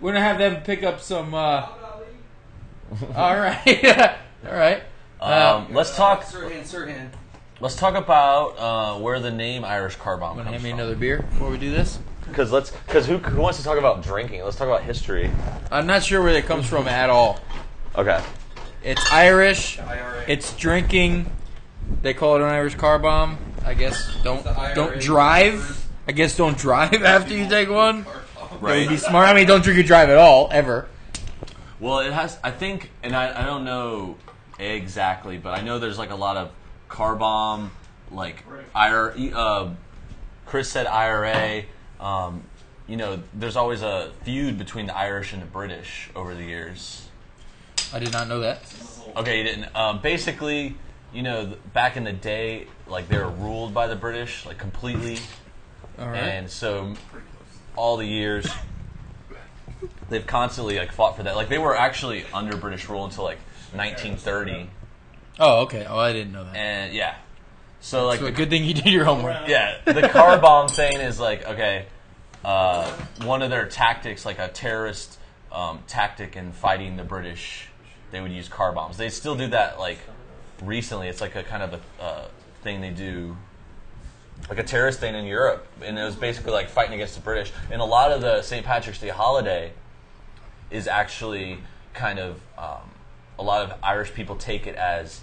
Speaker 3: We're gonna have them pick up some. Uh... all right, all right. Uh,
Speaker 1: um, let's talk.
Speaker 6: Sirhan, Sirhan.
Speaker 1: Let's talk about uh, where the name Irish car bomb
Speaker 3: I'm gonna
Speaker 1: comes
Speaker 3: hand me
Speaker 1: from.
Speaker 3: another beer before we do this.
Speaker 1: Because let's because who, who wants to talk about drinking? Let's talk about history.
Speaker 3: I'm not sure where that comes from at all.
Speaker 1: Okay.
Speaker 3: It's Irish.
Speaker 6: IRA.
Speaker 3: It's drinking. They call it an Irish car bomb. I guess don't
Speaker 6: The IRA
Speaker 3: don't drive. I guess don't drive after you take one. It would be smart. I mean, don't drink and drive at all ever.
Speaker 1: Well, it has. I think, and I, I don't know exactly, but I know there's like a lot of car bomb, like IRA. Uh, Chris said IRA. Um, you know, there's always a feud between the Irish and the British over the years.
Speaker 3: I did not know that.
Speaker 1: Okay, you didn't. Um, basically, you know, th- back in the day, like they were ruled by the British, like completely.
Speaker 3: All right.
Speaker 1: and so all the years they've constantly like fought for that like they were actually under british rule until like 1930
Speaker 3: oh, okay. Oh, I didn't know that.
Speaker 1: and yeah so like
Speaker 3: so
Speaker 1: the,
Speaker 3: good thing you did your homework.
Speaker 1: yeah the car bomb thing is like okay uh, one of their tactics like a terrorist um, tactic in fighting the british they would use car bombs they still do that like recently it's like a kind of a uh, thing they do like a terrorist thing in Europe, and it was basically like fighting against the British. And a lot of the St. Patrick's Day holiday is actually kind of um, a lot of Irish people take it as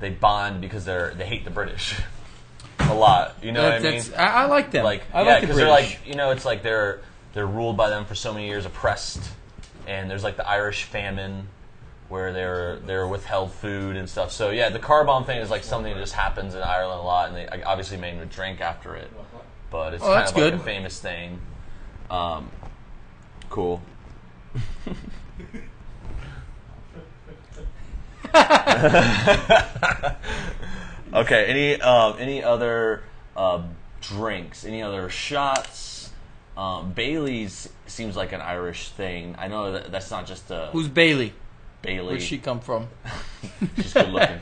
Speaker 1: they bond because they're they hate the British a lot. You know
Speaker 3: That-
Speaker 1: what I mean?
Speaker 3: that's, I, I like that.
Speaker 1: like
Speaker 3: I
Speaker 1: yeah,
Speaker 3: like the
Speaker 1: they're
Speaker 3: British.
Speaker 1: like you know it's like they're they're ruled by them for so many years, oppressed, and there's like the Irish famine. Where they're they're withheld food and stuff, so yeah, the car bomb thing is like something that just happens in Ireland a lot, and they like, obviously made him a drink after it but it's
Speaker 3: Oh,
Speaker 1: kind
Speaker 3: that's
Speaker 1: of like
Speaker 3: good.
Speaker 1: a famous thing. Um, cool. okay. Any um, any other uh, drinks? Any other shots? Um, Bailey's seems like an Irish thing. I know that that's not just a
Speaker 3: who's Bailey?
Speaker 1: Bailey.
Speaker 3: Where'd she come from?
Speaker 1: She's good looking.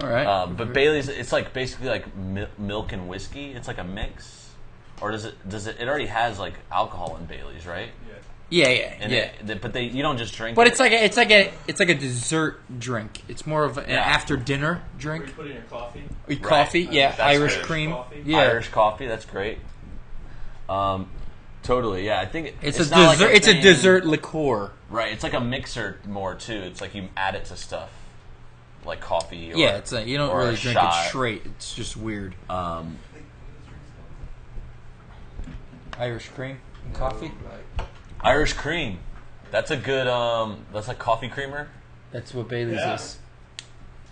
Speaker 3: All right.
Speaker 1: Um, but Bailey's, it's like basically like mil- milk and whiskey. It's like a mix, or does it? Does it? It already has like alcohol in Bailey's, right?
Speaker 3: yeah, yeah,
Speaker 1: And
Speaker 3: yeah.
Speaker 1: it- they- but they, you don't just drink.
Speaker 3: but
Speaker 1: it.
Speaker 3: it's like a, it's like a it's like a dessert drink. It's more of an
Speaker 1: Yeah.
Speaker 3: after dinner drink.
Speaker 4: Where you put in your coffee.
Speaker 3: With Coffee, yeah,
Speaker 1: That's
Speaker 3: Irish
Speaker 1: Irish
Speaker 3: cream,
Speaker 4: coffee.
Speaker 3: yeah.
Speaker 1: Irish coffee. That's great. Um, totally. Yeah, I think it-
Speaker 3: It's, a
Speaker 1: not like
Speaker 3: dessert. it's a
Speaker 1: thing-
Speaker 3: dessert liquor.
Speaker 1: right? It's like a mixer more too. It's like you add it to stuff, like coffee. Or,
Speaker 3: yeah, it's a, you don't
Speaker 1: or a
Speaker 3: really drink
Speaker 1: shot.
Speaker 3: it straight. It's just weird.
Speaker 1: Um,
Speaker 3: Irish cream, and coffee.
Speaker 1: Irish cream. That's a good. Um, that's a coffee creamer.
Speaker 3: That's what Bailey's
Speaker 4: Yeah.
Speaker 3: is.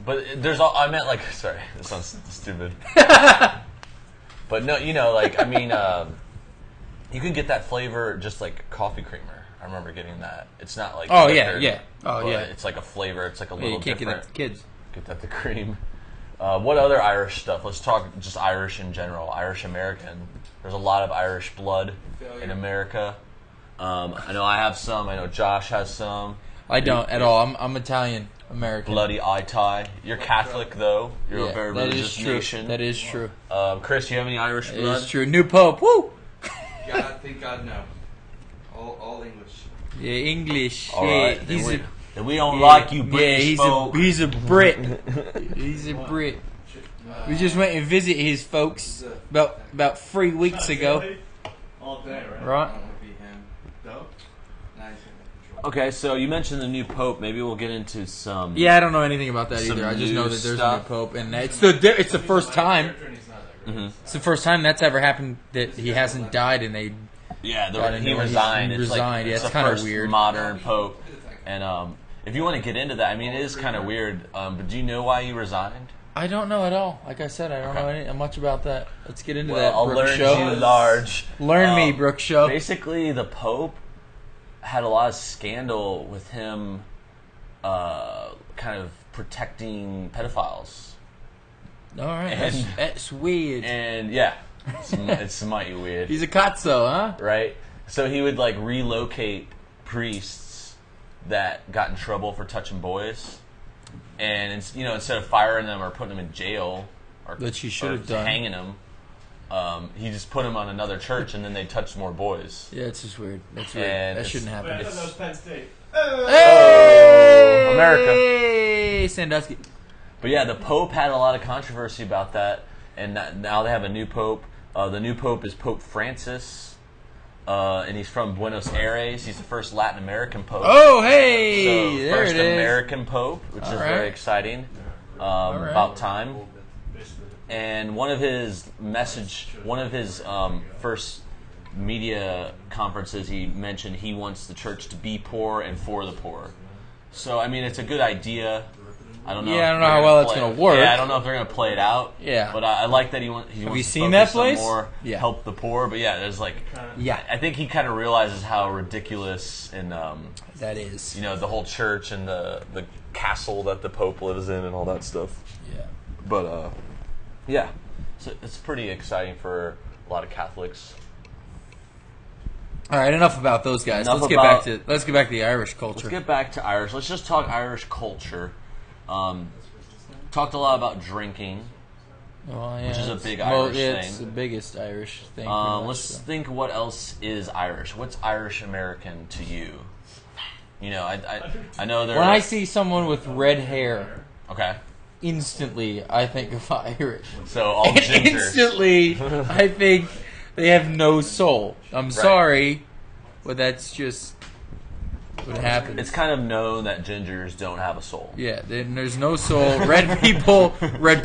Speaker 1: But it- there's all I meant like sorry, this sounds stupid. but no, you know, like I mean, um, you can get that flavor just like coffee creamer. I remember getting that. It's not like
Speaker 3: Oh, yeah,
Speaker 1: liquor,
Speaker 3: yeah. Oh,
Speaker 1: but
Speaker 3: yeah.
Speaker 1: It's like a flavor. It's like a
Speaker 3: Yeah,
Speaker 1: little
Speaker 3: you can't
Speaker 1: different.
Speaker 3: get that to kids.
Speaker 1: Get that the cream. Uh, what other Irish stuff? Let's talk just Irish in general. Irish American. There's a lot of Irish blood in America. Um, I know I have some. I know Josh has some.
Speaker 3: I don't at all. I'm, I'm Italian American.
Speaker 1: Bloody eye tie. You're Catholic though. You're
Speaker 3: Yeah,
Speaker 1: a very
Speaker 3: that is
Speaker 1: religious
Speaker 3: true.
Speaker 1: nation.
Speaker 3: That is true.
Speaker 1: Um, Chris, you have any Irish
Speaker 3: That
Speaker 1: blood?
Speaker 3: is true. New pope. Woo.
Speaker 6: God, thank God, no. All, all English.
Speaker 3: Yeah, English.
Speaker 1: All
Speaker 3: yeah,
Speaker 1: right, then
Speaker 3: he's
Speaker 1: we,
Speaker 3: a,
Speaker 1: then we don't
Speaker 3: yeah,
Speaker 1: like you,
Speaker 3: yeah,
Speaker 1: British
Speaker 3: he's
Speaker 1: folk.
Speaker 3: a he's a Brit. he's a Brit. We
Speaker 6: Uh,
Speaker 3: just went and visited his folks about about three weeks ago,
Speaker 4: All day, right?
Speaker 6: I
Speaker 3: right?
Speaker 6: don't want to be him.
Speaker 4: No?
Speaker 6: Now he's gonna control.
Speaker 1: okay, so you mentioned the new pope. Maybe we'll get into some.
Speaker 3: Yeah, I don't know anything about that
Speaker 1: Some
Speaker 3: either. I just
Speaker 1: new
Speaker 3: know that there's a
Speaker 1: stuff.
Speaker 3: new pope, and it's the di- it's the
Speaker 4: He's
Speaker 3: first
Speaker 4: a
Speaker 3: time. Mm-hmm.
Speaker 4: character and he's not that great.
Speaker 1: Mhm.
Speaker 3: It's the first time that's ever happened that he hasn't died, and they
Speaker 1: yeah. The,
Speaker 3: I didn't
Speaker 1: he
Speaker 3: know he's-
Speaker 1: resigned.
Speaker 3: he
Speaker 1: It's
Speaker 3: resigned,
Speaker 1: Like,
Speaker 3: yeah,
Speaker 1: it's
Speaker 3: it's
Speaker 1: the
Speaker 3: kinda
Speaker 1: first
Speaker 3: weird.
Speaker 1: modern pope.
Speaker 6: It's like-
Speaker 1: And um, if you want to get into that, I mean, it is kind of weird. Um, but do you know why he resigned?
Speaker 3: I don't know at all. Like I said, I don't
Speaker 1: Okay.
Speaker 3: know any, much about that. Let's get into that.
Speaker 1: Well, I'll
Speaker 3: Brooke
Speaker 1: learn
Speaker 3: show.
Speaker 1: you large.
Speaker 3: Learn me,
Speaker 1: Um,
Speaker 3: Brooke Show.
Speaker 1: Basically, the Pope had a lot of scandal with him, uh, kind of protecting pedophiles,
Speaker 3: All right, that's,
Speaker 1: and-
Speaker 3: that's weird.
Speaker 1: and yeah, it's, it's mighty weird,
Speaker 3: He's a cazzo, huh?
Speaker 1: right? So he would like relocate priests that got in trouble for touching boys, and it's, you know instead of firing them or putting them in jail or
Speaker 3: Which he should
Speaker 1: or
Speaker 3: have done.
Speaker 1: hanging them, um, he just put them on another church, and then they touched more boys.
Speaker 3: Yeah, it's just weird. That's weird.
Speaker 1: And
Speaker 3: that
Speaker 1: it's-
Speaker 3: shouldn't
Speaker 4: Wait, I
Speaker 3: happen.
Speaker 4: thought that was Penn State.
Speaker 3: Hey,
Speaker 1: Oh, America.
Speaker 3: Hey, Sandusky.
Speaker 1: But yeah, the Pope had a lot of controversy about that, and that- now they have a new Pope. Uh, the new Pope is Pope Francis, uh, and he's from Buenos Aires. He's the first Latin American Pope.
Speaker 3: Oh,
Speaker 1: So,
Speaker 3: hey, there
Speaker 1: first
Speaker 3: it is.
Speaker 1: American Pope, which is
Speaker 3: All right.
Speaker 1: very exciting. Um,
Speaker 3: right.
Speaker 1: About time.
Speaker 4: Basically,
Speaker 1: and one of his message, one of his um, first media conferences, he mentioned he wants the church to be poor and for the poor. So I mean, it's a good idea. I don't know.
Speaker 3: Yeah, I don't
Speaker 1: if
Speaker 3: know
Speaker 1: they're
Speaker 3: how
Speaker 1: gonna
Speaker 3: well that's
Speaker 1: play-
Speaker 3: gonna work.
Speaker 1: Yeah, I don't know if they're gonna play it out.
Speaker 3: Yeah.
Speaker 1: but I, I like that he, want, he wants.
Speaker 3: you
Speaker 1: to
Speaker 3: seen that
Speaker 1: focus on
Speaker 3: place?
Speaker 1: More
Speaker 3: Yeah.
Speaker 1: help the poor. But yeah, there's like,
Speaker 3: Yeah.
Speaker 1: I think he kind of realizes how ridiculous and um,
Speaker 3: That is.
Speaker 1: you know the whole church and the the castle that the pope lives in and all that stuff
Speaker 3: Yeah.
Speaker 1: but uh yeah so it's pretty exciting for a lot of catholics
Speaker 3: All right, enough about those guys.
Speaker 1: Enough
Speaker 3: let's get
Speaker 1: about-
Speaker 3: back to let's get back to the Irish culture.
Speaker 1: let's get back to irish let's just talk irish culture um talked a lot about drinking
Speaker 3: Well, yeah,
Speaker 1: Which is a
Speaker 3: it's-
Speaker 1: big
Speaker 3: well,
Speaker 1: Irish
Speaker 3: it's
Speaker 1: thing.
Speaker 3: the biggest Irish thing. pretty
Speaker 1: um
Speaker 3: much,
Speaker 1: let's
Speaker 3: so.
Speaker 1: think what else is irish what's irish american to you you know i i, I know there
Speaker 3: When I see someone with red hair,
Speaker 1: okay
Speaker 3: instantly I think of Irish.
Speaker 1: so all
Speaker 3: And
Speaker 1: gingers
Speaker 3: instantly, I think they have no soul. I'm sorry, but that's just what happens.
Speaker 1: it's kind of known that gingers don't have a soul
Speaker 3: yeah, then there's no soul. Red people, red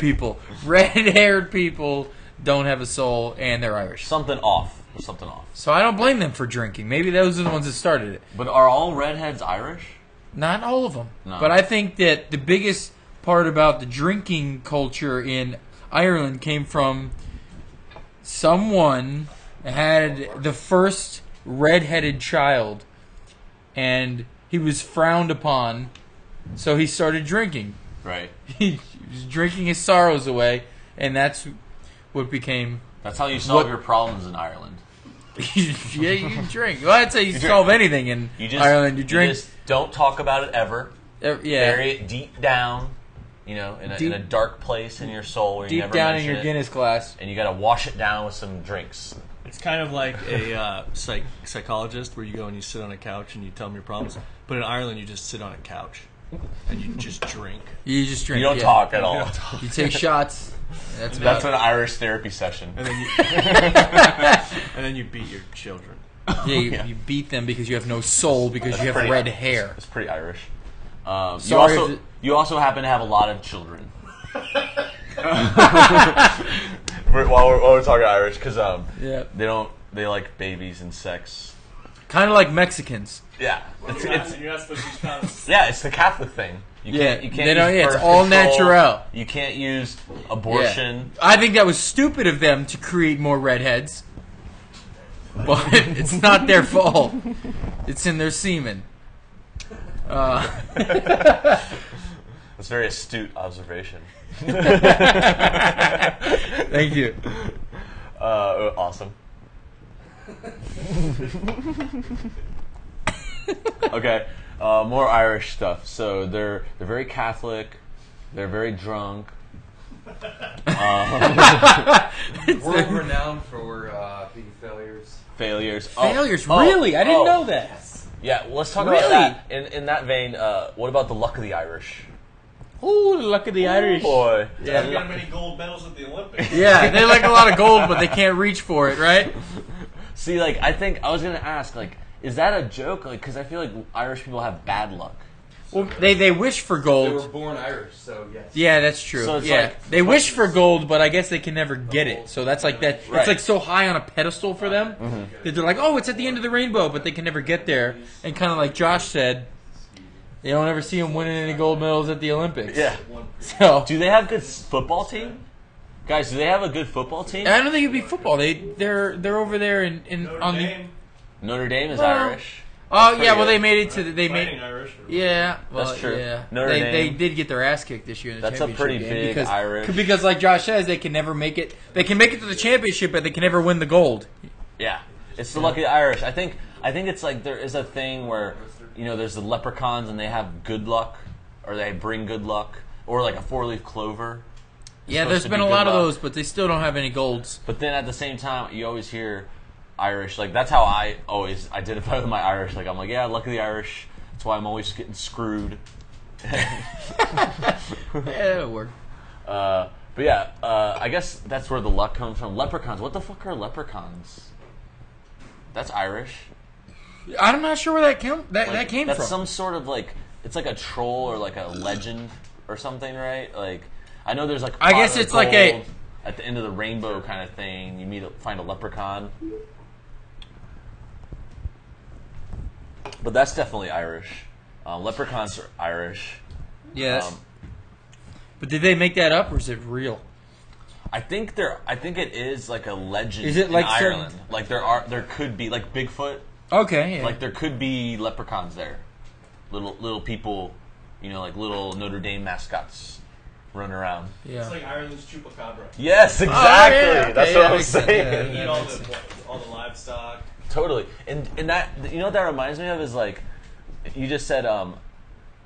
Speaker 3: people, red-haired people don't have a soul, and they're Irish.
Speaker 1: something off There's something off
Speaker 3: So I don't blame them for drinking. Maybe those are the ones that started it.
Speaker 1: But are all redheads Irish?
Speaker 3: Not all of them.
Speaker 1: No.
Speaker 3: But I think that the biggest part about the drinking culture in Ireland came from someone had the first red-headed child and he was frowned upon so he started drinking.
Speaker 1: Right.
Speaker 3: He was drinking his sorrows away and that's what became
Speaker 1: That's how you solve
Speaker 3: What-
Speaker 1: your problems in Ireland.
Speaker 3: yeah, you drink. Well, that's how you,
Speaker 1: drink.
Speaker 3: solve anything in
Speaker 1: You just
Speaker 3: Ireland. You drink.
Speaker 1: just don't talk about it ever.
Speaker 3: Uh, yeah.
Speaker 1: Bury it deep down, you know, in a, in a
Speaker 3: Deep-
Speaker 1: dark place in your soul where you
Speaker 3: deep
Speaker 1: never
Speaker 3: down in
Speaker 1: mention
Speaker 3: your
Speaker 1: it,
Speaker 3: Guinness glass.
Speaker 1: And you got to wash it down with some drinks.
Speaker 5: It's kind of like a uh, psych- psychologist where you go and you sit on a couch and you tell them your problems. But in Ireland, you just sit on a couch and you just drink.
Speaker 3: You just drink.
Speaker 1: You don't
Speaker 3: yeah.
Speaker 1: talk at all.
Speaker 3: You take shots. That's about
Speaker 1: That's an Irish therapy session.
Speaker 5: And then you, and then you beat your children.
Speaker 3: it. Yeah, you, you beat them because you have no soul because you have
Speaker 1: pretty-
Speaker 3: red hair.
Speaker 1: It's pretty Irish. Um, you
Speaker 3: Sorry
Speaker 1: also
Speaker 3: if it-
Speaker 1: you also happen to have a lot of children. We're- while, we're, while we're talking Irish, because um,
Speaker 3: Yeah.
Speaker 1: they don't they like babies and sex.
Speaker 3: Kind of like Mexicans.
Speaker 1: Yeah, it's,
Speaker 4: You're not,
Speaker 1: it's
Speaker 4: you're not supposed to use condoms.
Speaker 1: yeah, it's the Catholic thing. You
Speaker 3: Yeah,
Speaker 1: can't, you can't
Speaker 3: they don't-
Speaker 1: use
Speaker 3: yeah, it's
Speaker 1: birth
Speaker 3: all
Speaker 1: control.
Speaker 3: natural.
Speaker 1: You can't use
Speaker 3: Yeah.
Speaker 1: abortion.
Speaker 3: I think that was stupid of them to create more redheads. But it's not their fault. It's in their semen. Uh,
Speaker 1: That's a very astute observation.
Speaker 3: thank you.
Speaker 1: Uh, awesome. okay, uh, more Irish stuff. So they're they're very Catholic. They're very drunk.
Speaker 6: World renowned for uh, being failures.
Speaker 1: Failures. Oh,
Speaker 3: Failures.
Speaker 1: oh,
Speaker 3: really? I didn't
Speaker 1: oh.
Speaker 3: know that.
Speaker 1: Yeah. Well, let's talk
Speaker 3: Really?
Speaker 1: about that. In in that vein, uh, what about the luck of the Irish?
Speaker 3: Ooh, luck of the Irish.
Speaker 1: Boy.
Speaker 4: We
Speaker 3: Yeah.
Speaker 4: got many gold medals at the Olympics.
Speaker 3: Yeah, they like a lot of gold, but they can't reach for it, right?
Speaker 1: See, like I think I was gonna ask, like, is that a joke? Like, because I feel like Irish people have bad luck.
Speaker 3: Well, they they wish for
Speaker 6: They were
Speaker 3: gold.
Speaker 6: born Irish, so yes.
Speaker 3: Yeah, that's true.
Speaker 1: So it's
Speaker 3: yeah,
Speaker 1: like-
Speaker 3: they wish for gold, but I guess they can never get it. So that's like that.
Speaker 1: Right. Mm-hmm.
Speaker 3: It's like so high on a pedestal for them that they're like, oh, it's at the end of the rainbow, but they can never get there. And kind of like Josh said, they don't ever see him winning any gold medals at the Olympics. So
Speaker 1: Do they have good s- football team? Guys, do they have a good football team?
Speaker 3: I don't think it'd be football. They they're they're over there in, in
Speaker 4: Notre
Speaker 3: on the.
Speaker 4: Dame,
Speaker 1: Notre Dame is
Speaker 3: Well,
Speaker 1: Irish.
Speaker 3: Oh
Speaker 1: pretty
Speaker 3: yeah, well
Speaker 1: good.
Speaker 3: they made it to the, they made
Speaker 4: fighting Irish. or-
Speaker 3: Yeah, well,
Speaker 1: That's true.
Speaker 3: Yeah.
Speaker 1: Notre
Speaker 3: they,
Speaker 1: Dame.
Speaker 3: they did get their ass kicked this year in the
Speaker 1: That's a
Speaker 3: championship
Speaker 1: pretty
Speaker 3: game
Speaker 1: big
Speaker 3: because,
Speaker 1: Irish-
Speaker 3: because, like Josh says, they can never make it. They can make it to the championship, but they can never win the gold.
Speaker 1: Yeah, it's the lucky Irish. I think I think it's like there is a thing where you know there's the leprechauns and they have good luck, or they bring good luck, or like a four leaf clover.
Speaker 3: Yeah,
Speaker 1: supposed
Speaker 3: there's
Speaker 1: to
Speaker 3: been
Speaker 1: be
Speaker 3: a
Speaker 1: good
Speaker 3: lot of
Speaker 1: luck.
Speaker 3: those, but they still don't have any golds.
Speaker 1: But then at the same time, you always hear Irish. Like that's how I always identify with my Irish. Like I'm like, yeah, luck of the Irish. That's why I'm always getting screwed.
Speaker 3: yeah, it'll work.
Speaker 1: Uh, but yeah, uh, I guess that's where the luck comes from. Leprechauns. What the fuck are leprechauns? That's Irish.
Speaker 3: I'm not sure where that came that,
Speaker 1: Like,
Speaker 3: that came
Speaker 1: that's
Speaker 3: from.
Speaker 1: some sort of like it's like a troll or like a legend or something, right? Like I know there's like
Speaker 3: I guess
Speaker 1: pot of
Speaker 3: it's like a
Speaker 1: gold. at the end of the rainbow kind of thing. You meet a- find a leprechaun. But that's definitely Irish. Um, leprechauns are Irish.
Speaker 3: Yes.
Speaker 1: Um,
Speaker 3: but did they make that up or is it real?
Speaker 1: I think there. I think it is like a legend.
Speaker 3: Is it
Speaker 1: in
Speaker 3: like certain-
Speaker 1: Ireland? Like there are. There could be like Bigfoot.
Speaker 3: Okay. Yeah.
Speaker 1: Like there could be leprechauns there. Little little people, you know, like little Notre Dame mascots running around.
Speaker 3: yeah.
Speaker 4: It's like Ireland's chupacabra.
Speaker 1: Yes, exactly.
Speaker 3: okay,
Speaker 1: That's
Speaker 3: Oh, yeah,
Speaker 1: what I'm
Speaker 3: makes sense.
Speaker 1: saying.
Speaker 3: Yeah,
Speaker 4: They
Speaker 3: that
Speaker 4: eat all
Speaker 3: makes
Speaker 4: the all the livestock.
Speaker 1: Totally. And and that you know what that reminds me of is like you just said um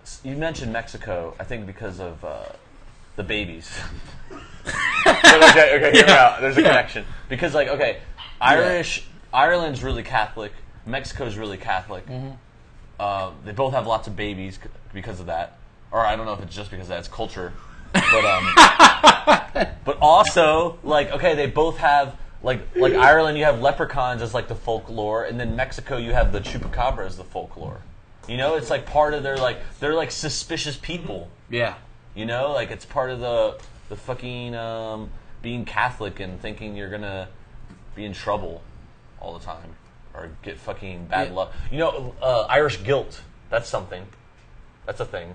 Speaker 1: s- you mentioned Mexico, I think because of uh, the babies. okay, okay, hear me out. There's a connection. Because like okay, Irish Ireland's really Catholic, Mexico's really Catholic. Um, they both have lots of babies c- because of that. Or I don't know if it's just because of that, it's culture. But um but also like okay they both have like like ireland you have leprechauns as like the folklore and then mexico you have the chupacabra as the folklore you know it's like part of their like they're like suspicious people
Speaker 3: yeah.
Speaker 1: you know like it's part of the the fucking um being catholic and thinking you're gonna be in trouble all the time or get fucking bad
Speaker 3: Yeah.
Speaker 1: luck you know uh, irish guilt that's something that's a thing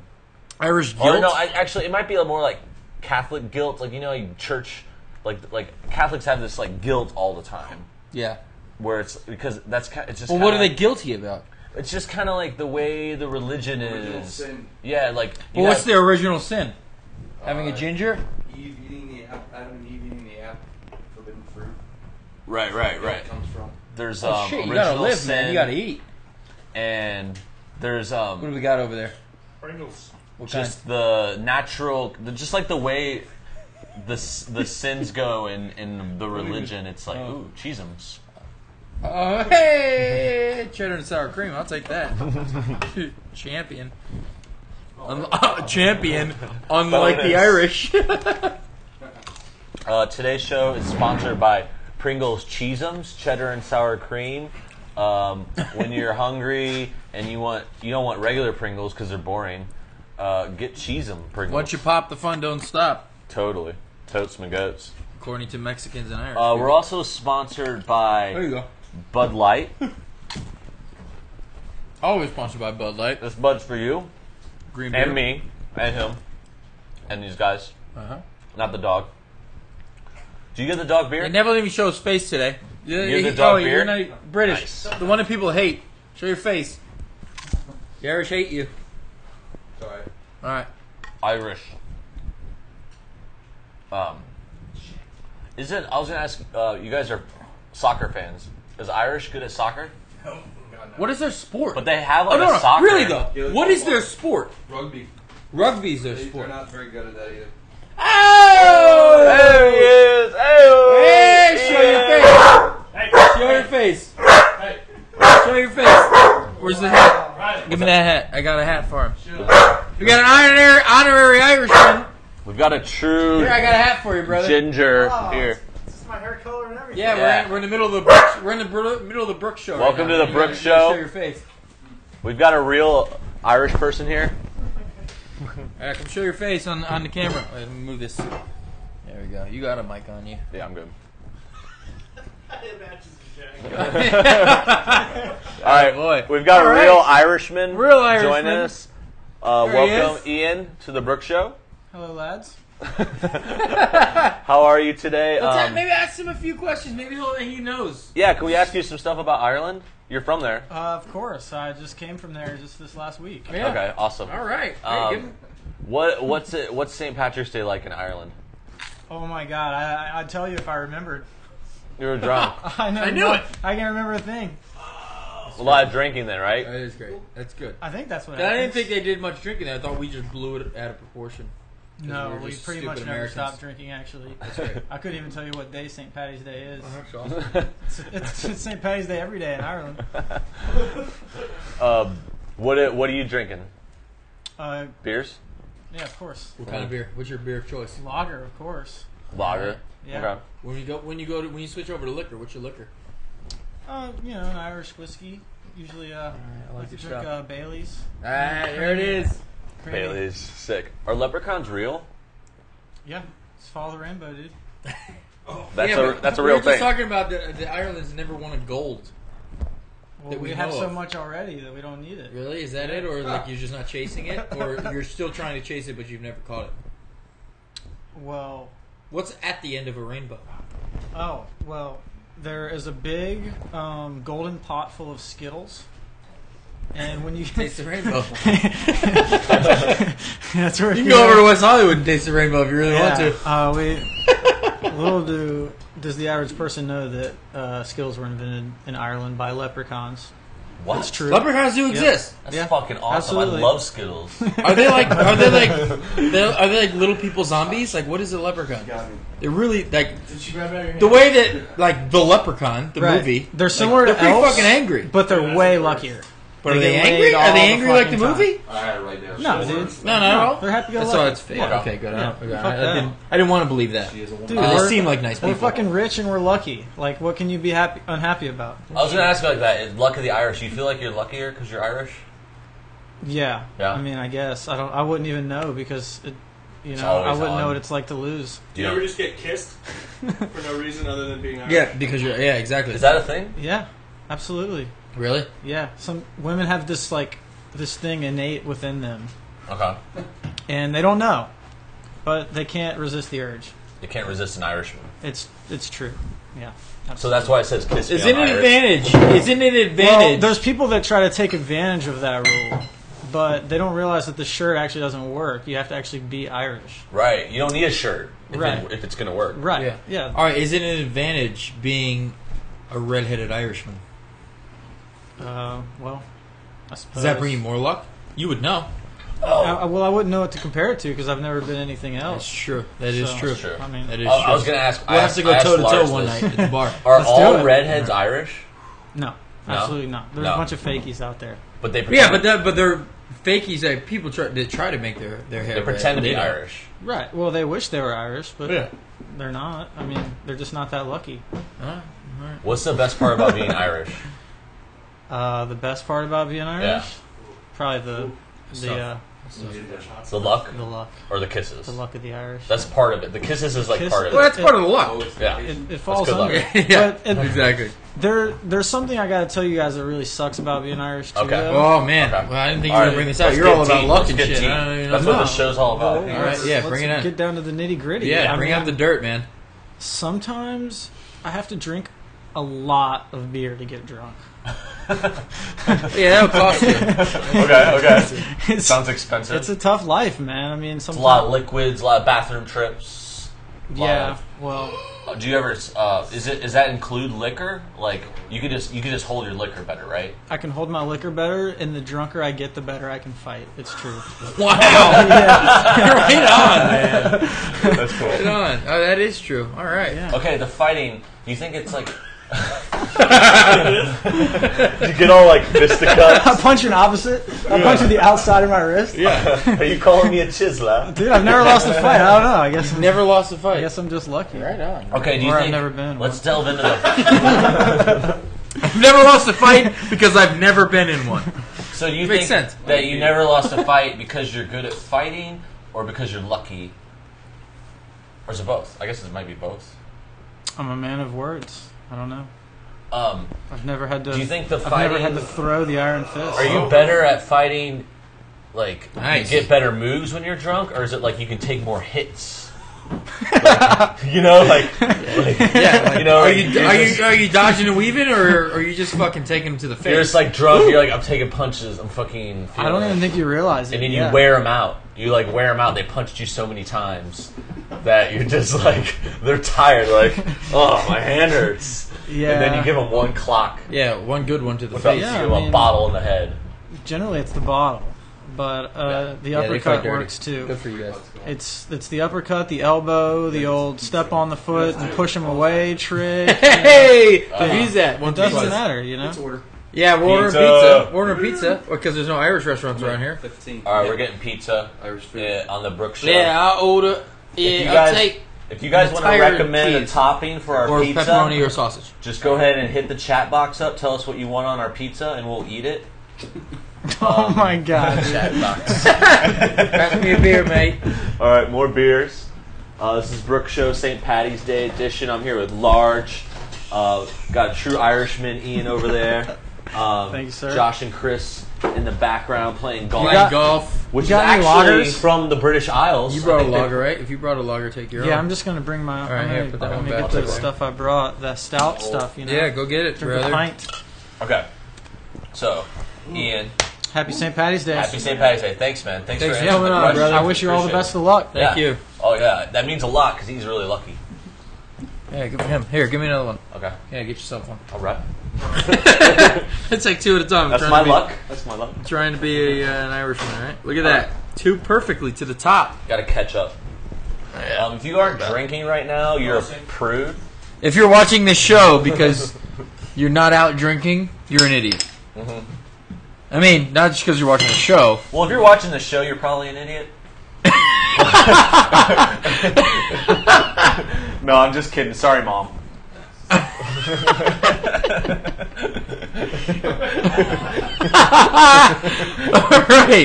Speaker 3: Irish
Speaker 1: or
Speaker 3: guilt.
Speaker 1: Oh, no, I, actually, it might be a more like Catholic guilt. Like you know, you church, like like Catholics have this like guilt all the time,
Speaker 3: yeah.
Speaker 1: where it's because that's kind. It's just.
Speaker 3: Well, what are
Speaker 1: kinda
Speaker 3: they
Speaker 1: like-
Speaker 3: guilty about?
Speaker 1: It's just kind of like the way the religion
Speaker 6: Original
Speaker 1: is.
Speaker 6: sin.
Speaker 1: Yeah, like. you
Speaker 3: Well, what's
Speaker 1: have-
Speaker 3: their original sin? Having a
Speaker 6: Uh,
Speaker 3: ginger?
Speaker 6: Eve eating the apple. Adam and Eve eating the apple. Forbidden fruit.
Speaker 1: Right, right,
Speaker 6: Where
Speaker 1: right.
Speaker 6: it comes from.
Speaker 1: There's
Speaker 3: Oh
Speaker 1: um,
Speaker 3: shit! You
Speaker 1: original
Speaker 3: gotta live,
Speaker 1: sin,
Speaker 3: man. You gotta eat.
Speaker 1: and there's
Speaker 3: What do
Speaker 1: um
Speaker 3: we got over there?
Speaker 4: Pringles.
Speaker 3: What
Speaker 1: just the natural, the- just like the way the s- the sins go in in the religion. It's like
Speaker 3: Oh.
Speaker 1: ooh, cheesems.
Speaker 3: kind? Oh hey, cheddar and sour cream. I'll take that. champion.
Speaker 1: Oh.
Speaker 3: Un- champion, unlike the Irish.
Speaker 1: Uh, today's show is sponsored by Pringles Cheesums, cheddar and sour cream. Um, when you're hungry and you want you don't want regular Pringles because they're boring, uh, get Cheesum Pringles.
Speaker 3: Once you pop, the fun don't stop.
Speaker 1: totally totes my goats.
Speaker 3: According to Mexicans and Irish.
Speaker 1: Uh, we're also sponsored
Speaker 3: there you
Speaker 1: by
Speaker 3: go.
Speaker 1: Bud Light.
Speaker 3: Always sponsored by Bud Light,
Speaker 1: This Bud's for you
Speaker 3: Green Beer,
Speaker 1: and me and him and these guys,
Speaker 3: Uh-huh.
Speaker 1: not the dog. Do you get the dog beer?
Speaker 3: They never even show his face today. You're,
Speaker 1: the dog
Speaker 3: oh, you're
Speaker 1: beer?
Speaker 3: not British.
Speaker 1: Nice.
Speaker 3: The one that people hate. Show your face. The Irish hate you.
Speaker 6: Sorry.
Speaker 3: All right.
Speaker 1: Irish. Um, is it? I was gonna ask. Uh, you guys are soccer fans. Is Irish good at soccer?
Speaker 6: Oh, God, no.
Speaker 3: What is their sport?
Speaker 1: But they have
Speaker 3: oh
Speaker 1: like
Speaker 3: no,
Speaker 1: a
Speaker 3: no.
Speaker 1: soccer.
Speaker 3: really though.
Speaker 6: Yeah,
Speaker 3: What is their
Speaker 6: football.
Speaker 3: sport?
Speaker 6: Rugby.
Speaker 3: Rugby's their
Speaker 6: They, they're
Speaker 3: sport.
Speaker 6: not very good at that either.
Speaker 3: Oh!
Speaker 1: There he is. Hey,
Speaker 3: Hey, show your face. Show your face.
Speaker 4: Hey,
Speaker 3: Show your face. Where's the hat?
Speaker 4: Riley.
Speaker 3: Give me that hat. I got a hat for him.
Speaker 6: Shut up.
Speaker 3: We got an honorary, honorary Irishman.
Speaker 1: We've got a true
Speaker 3: Here, I got a hat for you, brother. Oh.
Speaker 1: ginger here.
Speaker 7: This is my hair color and everything.
Speaker 3: Yeah,
Speaker 1: Yeah.
Speaker 3: We're, in, we're in the middle of the Brooks, we're in the br- middle of the Brooks show.
Speaker 1: Welcome
Speaker 3: right now.
Speaker 1: to the
Speaker 3: You
Speaker 1: Brooks
Speaker 3: gotta- you gotta
Speaker 1: Show.
Speaker 3: Show your face.
Speaker 1: We've got a real Irish person here.
Speaker 3: All right, come show your face on on the camera. Wait, let me move this. There we go. You got a mic on you.
Speaker 1: Yeah, I'm good.
Speaker 7: It matches the jacket.
Speaker 1: All right,
Speaker 3: boy.
Speaker 1: We've got
Speaker 3: All
Speaker 1: a
Speaker 3: right.
Speaker 1: real Irishman.
Speaker 3: Real
Speaker 1: Join
Speaker 3: Irishman.
Speaker 1: us. Uh,
Speaker 3: There he
Speaker 1: welcome,
Speaker 3: is.
Speaker 1: Ian, to the Brook Show.
Speaker 3: Hello, lads.
Speaker 1: How are you today?
Speaker 3: Let's
Speaker 1: Um,
Speaker 3: a- maybe ask him a few questions. Maybe he'll, he knows.
Speaker 1: Yeah, can we ask you some stuff about Ireland? You're from there.
Speaker 7: Uh, of course, I just came from there just this last week.
Speaker 3: Oh, Yeah.
Speaker 1: Okay, awesome.
Speaker 3: All right. Hey,
Speaker 1: Um,
Speaker 3: give him-
Speaker 1: What what's it what's St. Patrick's Day like in Ireland?
Speaker 7: Oh my God, I, I- I'd tell you if I remembered.
Speaker 1: You were drunk.
Speaker 7: I, know
Speaker 3: I knew
Speaker 7: no-
Speaker 3: it.
Speaker 7: I can't remember a thing.
Speaker 1: a lot of drinking then, right?
Speaker 3: that is great. That's good.
Speaker 7: I think that's what.
Speaker 3: I didn't
Speaker 7: happens.
Speaker 3: think they did much drinking there. I thought we just blew it out of proportion. we
Speaker 7: No,
Speaker 3: were
Speaker 7: we
Speaker 3: just
Speaker 7: pretty
Speaker 3: stupid
Speaker 7: much never
Speaker 3: Americans.
Speaker 7: stopped drinking. Actually, I couldn't even tell you what day St. Patty's Day is.
Speaker 3: That's awesome.
Speaker 7: It's, it's St. Patty's Day every day in Ireland.
Speaker 1: Um, what i- what are you drinking?
Speaker 7: Uh,
Speaker 1: Beers?
Speaker 7: yeah, of course,
Speaker 3: What kind of beer? What's your beer of choice?
Speaker 7: lager, of course.
Speaker 1: Lager.
Speaker 7: Yeah.
Speaker 1: Okay.
Speaker 3: When you go when you go to, when you switch over to liquor, what's your liquor?
Speaker 7: Uh, you know, an Irish whiskey. Usually, uh, I like to
Speaker 3: your
Speaker 7: drink
Speaker 3: stuff.
Speaker 7: uh, Bailey's.
Speaker 3: Ah, there it is.
Speaker 7: Creamy.
Speaker 1: Bailey's sick. Are leprechauns real?
Speaker 7: Yeah, it's follow the rainbow, dude.
Speaker 8: That's
Speaker 3: Yeah,
Speaker 8: a
Speaker 3: but
Speaker 8: that's a
Speaker 3: we
Speaker 8: real
Speaker 3: were just
Speaker 8: thing.
Speaker 3: talking about the, the Ireland's never won a gold.
Speaker 7: Well,
Speaker 3: That
Speaker 7: we
Speaker 3: we
Speaker 7: have
Speaker 3: know
Speaker 7: so
Speaker 3: of.
Speaker 7: much already that we don't need it.
Speaker 3: Really? Is that it? Or like you're just not chasing it? Or you're still trying to chase it, but you've never caught it?
Speaker 7: Well,
Speaker 3: What's at the end of a rainbow?
Speaker 7: oh well, there is a big um, golden pot full of Skittles, and when you
Speaker 3: Taste the rainbow.
Speaker 7: that's where
Speaker 3: you can go over to West Hollywood and taste the rainbow if you really want
Speaker 7: Yeah,
Speaker 3: to.
Speaker 7: uh, we little do does the average person know that uh, Skittles were invented in Ireland by leprechauns.
Speaker 1: What?
Speaker 7: It's true.
Speaker 3: Leprechauns do exist.
Speaker 1: That's
Speaker 7: Yeah.
Speaker 1: fucking awesome.
Speaker 7: Absolutely.
Speaker 1: I love Skittles.
Speaker 3: Are they like? Are they like? they're- Are they like little people zombies? Like, what is a leprechaun? They're really like
Speaker 4: Did she grab it out of your hand?
Speaker 3: the way that like the leprechaun, the
Speaker 7: Right.
Speaker 3: movie.
Speaker 7: They're
Speaker 3: like,
Speaker 7: similar
Speaker 3: they're
Speaker 7: to
Speaker 3: pretty
Speaker 7: elves,
Speaker 3: fucking angry.
Speaker 7: but they're
Speaker 4: Yeah,
Speaker 7: way
Speaker 4: that's worse.
Speaker 7: angry.
Speaker 3: But are
Speaker 7: They
Speaker 3: they
Speaker 7: get laid
Speaker 3: angry?
Speaker 7: all
Speaker 3: Are they
Speaker 7: the
Speaker 3: angry like the
Speaker 7: fucking
Speaker 3: movie?
Speaker 6: All right, right there.
Speaker 7: No,
Speaker 6: She
Speaker 7: dude.
Speaker 6: wants-
Speaker 3: No, no,
Speaker 7: They're
Speaker 3: no.
Speaker 7: happy go
Speaker 3: That's all.
Speaker 7: lucky.
Speaker 3: It's fake. Okay, good. I, don't,
Speaker 7: Yeah,
Speaker 3: I,
Speaker 7: fuck that.
Speaker 3: didn't, I didn't want to believe that.
Speaker 6: She is a woman.
Speaker 7: Dude,
Speaker 3: Uh,
Speaker 7: we're-
Speaker 3: they seem like nice
Speaker 7: We're
Speaker 3: people.
Speaker 7: fucking rich and we're lucky. Like, what can you be happy, unhappy about?
Speaker 1: I was gonna ask you like that. Is luck of the Irish? You feel like you're luckier because you're Irish?
Speaker 7: Yeah.
Speaker 1: Yeah.
Speaker 7: I mean, I guess I don't. I wouldn't even know because, it, you know, I
Speaker 1: always
Speaker 7: wouldn't know
Speaker 1: on.
Speaker 7: what it's like to lose.
Speaker 1: Do
Speaker 4: You
Speaker 1: you
Speaker 4: ever
Speaker 1: know,
Speaker 4: just get kissed for no reason other than being Irish?
Speaker 3: Yeah, because you're. Yeah, exactly.
Speaker 1: is that a thing?
Speaker 7: Yeah, absolutely.
Speaker 3: really?
Speaker 7: Yeah. Some women have this like this thing innate within them,
Speaker 1: Okay.
Speaker 7: and they don't know, but they can't resist the urge.
Speaker 1: You can't resist an Irishman.
Speaker 7: It's it's true. Yeah.
Speaker 1: So that's why it says kiss me.
Speaker 3: It's
Speaker 1: I'm
Speaker 3: an
Speaker 1: Irish.
Speaker 3: advantage. It's an
Speaker 7: Well,
Speaker 3: advantage.
Speaker 7: there's people that try to take advantage of that rule, but they don't realize that the shirt actually doesn't work. You have to actually be Irish.
Speaker 1: Right. You don't need a shirt if,
Speaker 7: Right.
Speaker 1: it, if it's gonna work.
Speaker 7: Right.
Speaker 3: Yeah.
Speaker 7: Yeah.
Speaker 3: All right. Is it an advantage being a redheaded Irishman?
Speaker 7: Uh, well, I suppose.
Speaker 3: Does that bring you more luck? You would know.
Speaker 1: Oh.
Speaker 7: I, I- well, I wouldn't know what to compare it to because I've never been anything
Speaker 3: That's
Speaker 7: else.
Speaker 3: true. That is
Speaker 7: So-
Speaker 3: true.
Speaker 1: That's true.
Speaker 7: I mean,
Speaker 3: That is
Speaker 1: I, I
Speaker 3: true.
Speaker 1: was gonna ask.
Speaker 3: we'll
Speaker 1: I
Speaker 3: have to go
Speaker 1: asked- I
Speaker 3: toe to
Speaker 1: asked
Speaker 3: toe
Speaker 1: Lars
Speaker 3: one
Speaker 1: this.
Speaker 3: night at the bar.
Speaker 1: Are
Speaker 7: Let's do
Speaker 1: all
Speaker 7: it.
Speaker 1: redheads Irish?
Speaker 7: no, absolutely not. There's
Speaker 1: No.
Speaker 7: a bunch of fakies out there.
Speaker 1: But they pretend,
Speaker 3: yeah, but that, but they're fakies. That people try that try to make their their hair.
Speaker 1: they
Speaker 3: red,
Speaker 1: pretend to
Speaker 3: but they
Speaker 1: be
Speaker 3: don't.
Speaker 1: Irish.
Speaker 7: Right. Well, they wish they were Irish, but
Speaker 3: Yeah.
Speaker 7: they're not. I mean, they're just not that lucky.
Speaker 3: Huh?
Speaker 1: What's the best part about being Irish?
Speaker 7: Uh, the best part about being Irish, probably the the uh,
Speaker 1: The luck
Speaker 7: the luck,
Speaker 1: or the kisses?
Speaker 7: the luck of the Irish.
Speaker 1: That's part of it. The kisses is like
Speaker 7: Kiss-
Speaker 1: part of
Speaker 3: Well,
Speaker 1: it.
Speaker 3: that's part of the luck.
Speaker 6: Always
Speaker 1: Yeah.
Speaker 7: It, it falls
Speaker 1: good luck.
Speaker 7: under.
Speaker 3: yeah,
Speaker 7: But it,
Speaker 3: exactly.
Speaker 7: there, there's something I gotta tell you guys that really sucks about being Irish too.
Speaker 1: Okay.
Speaker 7: though.
Speaker 3: Oh man,
Speaker 1: Okay.
Speaker 3: well, I didn't think you were
Speaker 1: All
Speaker 3: gonna
Speaker 1: right,
Speaker 3: bring this out.
Speaker 1: let's
Speaker 3: You're
Speaker 1: get
Speaker 3: all about
Speaker 1: deep.
Speaker 3: luck
Speaker 1: Let's
Speaker 3: and
Speaker 1: get
Speaker 3: shit.
Speaker 1: deep.
Speaker 3: I don't even
Speaker 1: That's
Speaker 3: know.
Speaker 1: what this show's all about.
Speaker 7: Well,
Speaker 3: All right,
Speaker 7: let's-
Speaker 3: Oh, yeah,
Speaker 7: let's
Speaker 3: bring it in.
Speaker 7: Get down to the nitty gritty.
Speaker 3: yeah, bring out the dirt, man.
Speaker 7: Sometimes I have to drink a lot of beer to get drunk.
Speaker 3: Yeah, that'll cost you.
Speaker 1: okay, okay.
Speaker 7: It's,
Speaker 1: Sounds expensive.
Speaker 7: it's a tough life, man. I mean,
Speaker 1: It's
Speaker 7: sometimes
Speaker 1: a lot of liquids, a lot of bathroom trips. a lot
Speaker 7: yeah.
Speaker 1: of-
Speaker 7: Well,
Speaker 1: Uh, Do you ever? Uh, is it? Is that include liquor? Like you could just you could just hold your liquor better, right?
Speaker 7: I can hold my liquor better, and the drunker I get, the better I can fight. It's true.
Speaker 3: Wow,
Speaker 7: yeah.
Speaker 3: right on, man.
Speaker 1: That's cool.
Speaker 3: Right on. Oh, that is true. All right.
Speaker 7: Yeah.
Speaker 1: Okay, the fighting. Do you think it's like? you get all like
Speaker 7: I
Speaker 1: fisticuffs.
Speaker 7: punch an opposite. I punch the outside of my wrist.
Speaker 1: Are you calling me a chiseler?
Speaker 7: Dude, I've never lost a fight. I don't know. I guess I'm,
Speaker 3: Never lost a
Speaker 7: I
Speaker 3: fight.
Speaker 7: guess I'm just lucky.
Speaker 3: Right on.
Speaker 1: Okay, do you
Speaker 7: Or I've
Speaker 1: think?
Speaker 7: never been in
Speaker 1: Let's delve into the.
Speaker 3: I've never lost a fight because I've never been in one.
Speaker 1: So do you
Speaker 3: Makes
Speaker 1: think
Speaker 3: sense.
Speaker 1: that you never lost a fight because you're good at fighting, or because you're lucky, or is it both? I guess it might be both.
Speaker 7: I'm a man of words. I don't know.
Speaker 1: Um,
Speaker 7: I've never had to.
Speaker 1: do you think the
Speaker 7: I've
Speaker 1: fighting?
Speaker 7: never had to throw the iron fist.
Speaker 1: Are you better at fighting? Like,
Speaker 3: Nice.
Speaker 1: you get better moves when you're drunk, or is it like you can take more hits? Like, you know, like, like,
Speaker 3: Yeah. Like,
Speaker 1: you know,
Speaker 3: are you
Speaker 1: you're
Speaker 3: are
Speaker 1: just-
Speaker 3: you are you dodging and weaving, or are you just fucking taking him to the face?
Speaker 1: You're just like drunk. You're like, I'm taking punches. I'm fucking.
Speaker 7: I don't
Speaker 1: feeling
Speaker 7: even
Speaker 1: it."
Speaker 7: think you realize it.
Speaker 1: And then
Speaker 7: yeah.
Speaker 1: you wear them out. You like wear them out. They punched you so many times that you're just like, they're tired. Like, oh, my hand hurts.
Speaker 7: Yeah.
Speaker 1: And then you give them one clock.
Speaker 3: yeah, one good one to the
Speaker 1: What's up?
Speaker 3: face.
Speaker 7: Yeah,
Speaker 1: you give 'em
Speaker 7: I mean-
Speaker 1: a bottle in the head.
Speaker 7: Generally, it's the bottle, but uh, the
Speaker 3: Yeah, they fight
Speaker 7: uppercut
Speaker 3: dirty.
Speaker 7: works too.
Speaker 3: Good for you guys.
Speaker 7: It's it's the uppercut, the elbow, the old step on the foot and push him away trick.
Speaker 3: Hey,
Speaker 1: Uh,
Speaker 3: use that. One
Speaker 7: It doesn't
Speaker 3: pizza.
Speaker 7: matter, you know.
Speaker 4: It's order.
Speaker 3: Yeah, we're ordering
Speaker 1: Pizza.
Speaker 3: pizza. We're ordering pizza because there's no Irish restaurants around here.
Speaker 6: Fifteen.
Speaker 1: All right, we're getting pizza
Speaker 6: Irish food.
Speaker 1: yeah, on the Brook Show.
Speaker 3: Yeah, I'll order.
Speaker 1: you
Speaker 3: Yeah,
Speaker 1: guys-
Speaker 3: I'll take
Speaker 1: If you guys want to
Speaker 3: Entire
Speaker 1: recommend a
Speaker 3: cheese.
Speaker 1: topping for our
Speaker 3: or
Speaker 1: pizza,
Speaker 3: pepperoni or sausage.
Speaker 1: just go ahead and hit the chat box up. Tell us what you want on our pizza, and we'll eat it.
Speaker 7: Oh my god.
Speaker 1: Chat box.
Speaker 3: Pass me a beer, mate.
Speaker 1: All right, more beers. Uh, this is Brooke Show St. Patty's Day edition. I'm here with Large. Uh, got a true Irishman, Ian, over there. Um,
Speaker 7: Thank you, sir.
Speaker 1: Josh and Chris in the background playing golf,
Speaker 3: Playing
Speaker 7: got-
Speaker 3: golf.
Speaker 1: which is
Speaker 7: got any
Speaker 1: actually
Speaker 7: lagers?
Speaker 1: from the British Isles.
Speaker 3: You
Speaker 1: I
Speaker 3: brought a
Speaker 1: think they-
Speaker 3: logger, right? If you brought a logger, take your own.
Speaker 7: Yeah, I'm just gonna bring my.
Speaker 3: All right,
Speaker 7: I'm
Speaker 3: here,
Speaker 7: gonna,
Speaker 3: put that
Speaker 7: I'm
Speaker 3: one
Speaker 7: gonna
Speaker 3: back.
Speaker 7: get the
Speaker 3: I'll take
Speaker 7: stuff I brought, the stout stuff. You know.
Speaker 3: Yeah, go get it,
Speaker 7: Drink
Speaker 3: brother.
Speaker 7: a pint.
Speaker 1: Okay. So, Ian,
Speaker 7: Happy St. Patty's Day.
Speaker 1: happy St. Patty's Day. Thanks, man. Thanks,
Speaker 3: Thanks
Speaker 1: for
Speaker 3: for
Speaker 1: answering
Speaker 3: coming
Speaker 1: the
Speaker 3: on,
Speaker 1: question.
Speaker 3: brother.
Speaker 7: I wish you all the
Speaker 1: Appreciate
Speaker 7: best of luck.
Speaker 1: it.
Speaker 3: Thank
Speaker 1: Yeah.
Speaker 3: you.
Speaker 1: Oh, yeah. That means a lot because he's really lucky.
Speaker 3: Yeah, good for him. Here, give me another one.
Speaker 1: Okay.
Speaker 3: Yeah, get yourself one.
Speaker 1: All right.
Speaker 3: It's like two at a time. I'm
Speaker 1: That's
Speaker 3: trying
Speaker 1: my
Speaker 3: to be,
Speaker 1: luck. That's my luck.
Speaker 3: Trying to be a, uh, an Irishman, right? Look at that. Two perfectly to the top.
Speaker 1: Got to catch up. Um, if you aren't drinking right now, you're a prude.
Speaker 3: If you're watching this show because you're not out drinking, you're an idiot. Mm-hmm. I mean, not just because you're watching the show.
Speaker 1: Well, if you're watching the show, you're probably an idiot. no, I'm just kidding. Sorry, mom.
Speaker 3: All right.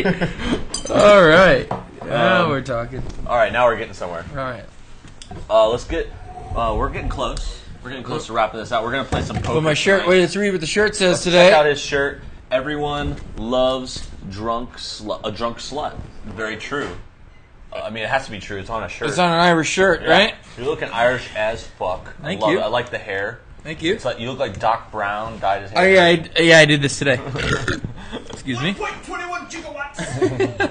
Speaker 3: All right. Now we're talking.
Speaker 1: All right, now we're getting somewhere.
Speaker 3: All right.
Speaker 1: Uh, let's get. Uh, we're getting close. We're getting close to wrapping this out. We're gonna play some poker.
Speaker 3: But my shirt,
Speaker 1: tonight.
Speaker 3: wait, let's read what the shirt says
Speaker 1: Check out
Speaker 3: today.
Speaker 1: his shirt. Everyone loves drunk slu- a drunk slut. Very true. Uh, I mean, it has to be true. It's on a shirt.
Speaker 3: It's on an Irish shirt,
Speaker 1: Yeah.
Speaker 3: right?
Speaker 1: You're looking Irish as fuck.
Speaker 3: Thank
Speaker 1: I love
Speaker 3: you.
Speaker 1: It. I like the hair.
Speaker 3: Thank you.
Speaker 1: It's like you look like Doc Brown dyed his hair.
Speaker 3: Oh, yeah, I, d- yeah, I did this today. Excuse me.
Speaker 4: 1.21 gigawatts.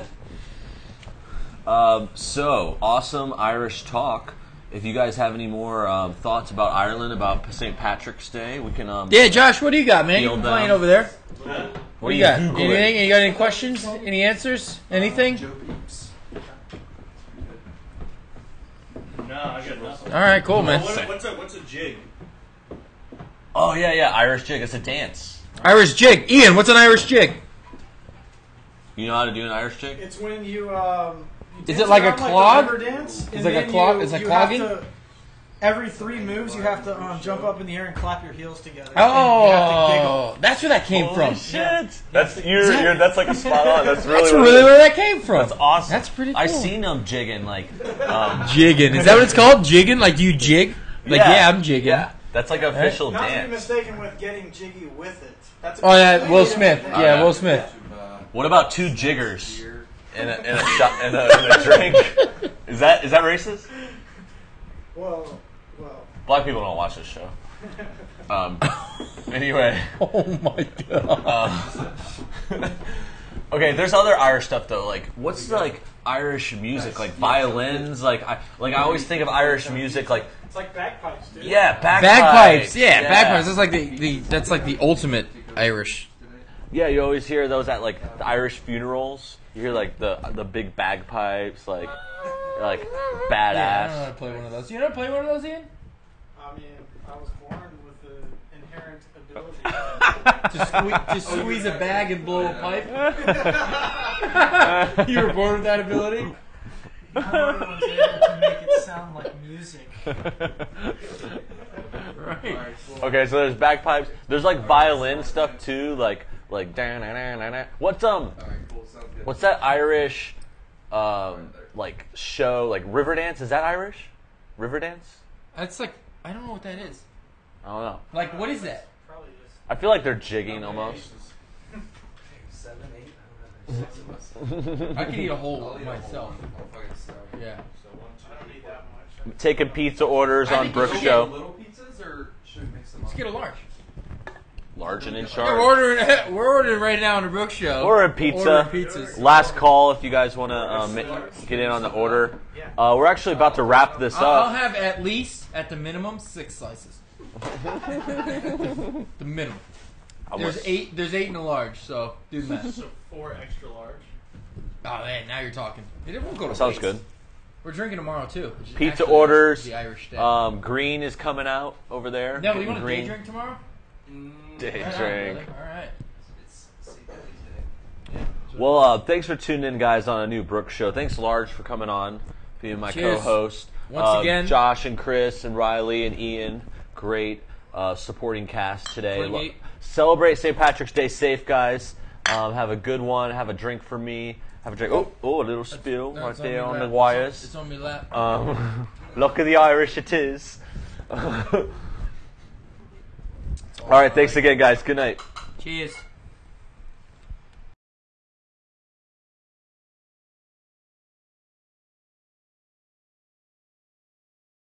Speaker 1: Um, so awesome Irish talk. If you guys have any more um, thoughts about Ireland, about St. Patrick's Day, we can. Um,
Speaker 3: Yeah, Josh, what do you got, man?
Speaker 1: Feel
Speaker 3: You
Speaker 1: down.
Speaker 3: playing over there?
Speaker 1: what do
Speaker 3: What do
Speaker 1: you
Speaker 3: you got?
Speaker 1: Googling?
Speaker 3: Anything? You got any questions? Any answers? Anything?
Speaker 4: Joe Beeps. No, I got nothing.
Speaker 3: All right, cool, man.
Speaker 4: what's a what's a jig?
Speaker 1: Oh yeah, yeah, Irish jig. It's a dance.
Speaker 3: Irish jig. Ian, what's an Irish jig?
Speaker 1: You know how to do an Irish jig?
Speaker 7: It's when you. Um, you
Speaker 3: Is
Speaker 7: dance
Speaker 3: it like a
Speaker 7: around the
Speaker 3: clog?
Speaker 7: river dance, and
Speaker 3: like a
Speaker 7: then
Speaker 3: clog-
Speaker 7: you-
Speaker 3: it's like
Speaker 7: you have
Speaker 3: clogging?
Speaker 7: to- Every three moves, you have to um, jump up in the air and clap your heels together. And you have to giggle.
Speaker 3: Oh, that's where that came from.
Speaker 1: That's you're, you're that's like a spot on. That's really
Speaker 3: That's really where that came from.
Speaker 1: That's awesome.
Speaker 3: That's pretty
Speaker 1: I
Speaker 3: cool.
Speaker 1: seen them jigging like um,
Speaker 3: Jigging. Is that what it's called? Jigging? Like, do you jig? Like,
Speaker 1: Yeah.
Speaker 3: yeah, I'm jigging.
Speaker 1: yeah. That's like official
Speaker 7: Not to be
Speaker 1: dance.
Speaker 7: mistaken with getting jiggy with it. That's a
Speaker 3: Oh, yeah, Will Smith.
Speaker 7: Yeah.
Speaker 3: Yeah, Will Smith.
Speaker 6: uh,
Speaker 1: What about two jiggers and a, and a shot and a, and a drink? Is that is that racist?
Speaker 7: Well, well.
Speaker 1: Black people don't watch this show. Um. Anyway.
Speaker 3: Oh, my God.
Speaker 1: Uh, Okay, there's other Irish stuff though. Like, what's the, like Irish music? Like violins. Like, I like I always think of Irish music. Like,
Speaker 7: It's like bagpipes, dude.
Speaker 1: yeah, bagpipes.
Speaker 3: Bagpipes. Yeah, bagpipes. That's like the, the, that's like the ultimate Irish.
Speaker 1: Yeah, you always hear those at like the Irish funerals. You hear like the the big bagpipes, like like badass.
Speaker 3: to play one of those. You know how to play one of those, Ian?
Speaker 7: I mean, I was born with the inherent ability to, sque- to
Speaker 3: Oh,
Speaker 7: squeeze a bag and blow a pipe.
Speaker 3: You were born with that ability?
Speaker 7: I'm the one who's able to make it sound like music.
Speaker 1: Okay, so there's bagpipes. There's like violin stuff too, like like da na na na na. What's um, what's that Irish, um, like show like Riverdance? Is that Irish? Riverdance?
Speaker 3: That's like, I don't know what that is.
Speaker 1: I don't know.
Speaker 3: Like, what is that?
Speaker 7: Probably just
Speaker 1: I feel like they're jigging almost.
Speaker 6: Seven, eight, I don't know. Six of us.
Speaker 3: I could eat a whole myself.
Speaker 6: I'll fucking starve.
Speaker 3: Yeah.
Speaker 7: need that much.
Speaker 1: Taking pizza orders
Speaker 6: I
Speaker 1: on
Speaker 6: think
Speaker 1: Brooks
Speaker 6: we should get
Speaker 1: Show.
Speaker 6: Little pizzas or should we mix them up?
Speaker 3: Let's get a large.
Speaker 1: Large and in
Speaker 3: We're
Speaker 1: charge.
Speaker 3: ordering. We're ordering right now on the Brook Show.
Speaker 1: Ordering pizza.
Speaker 3: Ordering pizzas.
Speaker 1: Last call if you guys want to um, get in on the order. Uh, we're actually about to wrap this
Speaker 3: I'll, Uh, I'll
Speaker 1: up.
Speaker 3: have at least, at the minimum, six slices. the minimum.
Speaker 1: I
Speaker 3: There's
Speaker 1: was-
Speaker 3: eight. There's eight in a large. So do the math.
Speaker 4: So four extra large.
Speaker 3: Oh man, now you're talking. It won't go to
Speaker 1: Sounds
Speaker 3: waste.
Speaker 1: good.
Speaker 3: We're drinking tomorrow too. which is
Speaker 1: Pizza
Speaker 3: actually
Speaker 1: orders,
Speaker 3: The Irish day.
Speaker 1: Um, green is coming out over there.
Speaker 3: no, we
Speaker 1: Getting
Speaker 3: want a day
Speaker 1: green.
Speaker 3: drink tomorrow.
Speaker 1: Day
Speaker 3: Right on,
Speaker 1: drink.
Speaker 3: brother. All right.
Speaker 6: It's St. Patty's Day.
Speaker 1: Well, uh, thanks for tuning in, guys, on a new Brooks show. Thanks, Large, for coming on, being my
Speaker 3: Cheers.
Speaker 1: co-host.
Speaker 3: Once
Speaker 1: Uh,
Speaker 3: again.
Speaker 1: Josh and Chris and Riley and Ian, great uh, supporting cast today.
Speaker 3: Supporting eight.
Speaker 1: Celebrate St. Patrick's Day safe, guys. Um, have a good one. Have a drink for me. Have a drink. Oh, oh, a little spill
Speaker 3: No,
Speaker 1: right
Speaker 3: it's on
Speaker 1: there
Speaker 3: me
Speaker 1: on
Speaker 3: lap.
Speaker 1: the
Speaker 3: It's
Speaker 1: wires.
Speaker 3: It's on me lap.
Speaker 1: Um, luck of the Irish, it is. All right, thanks again, guys. Good night.
Speaker 3: Cheers.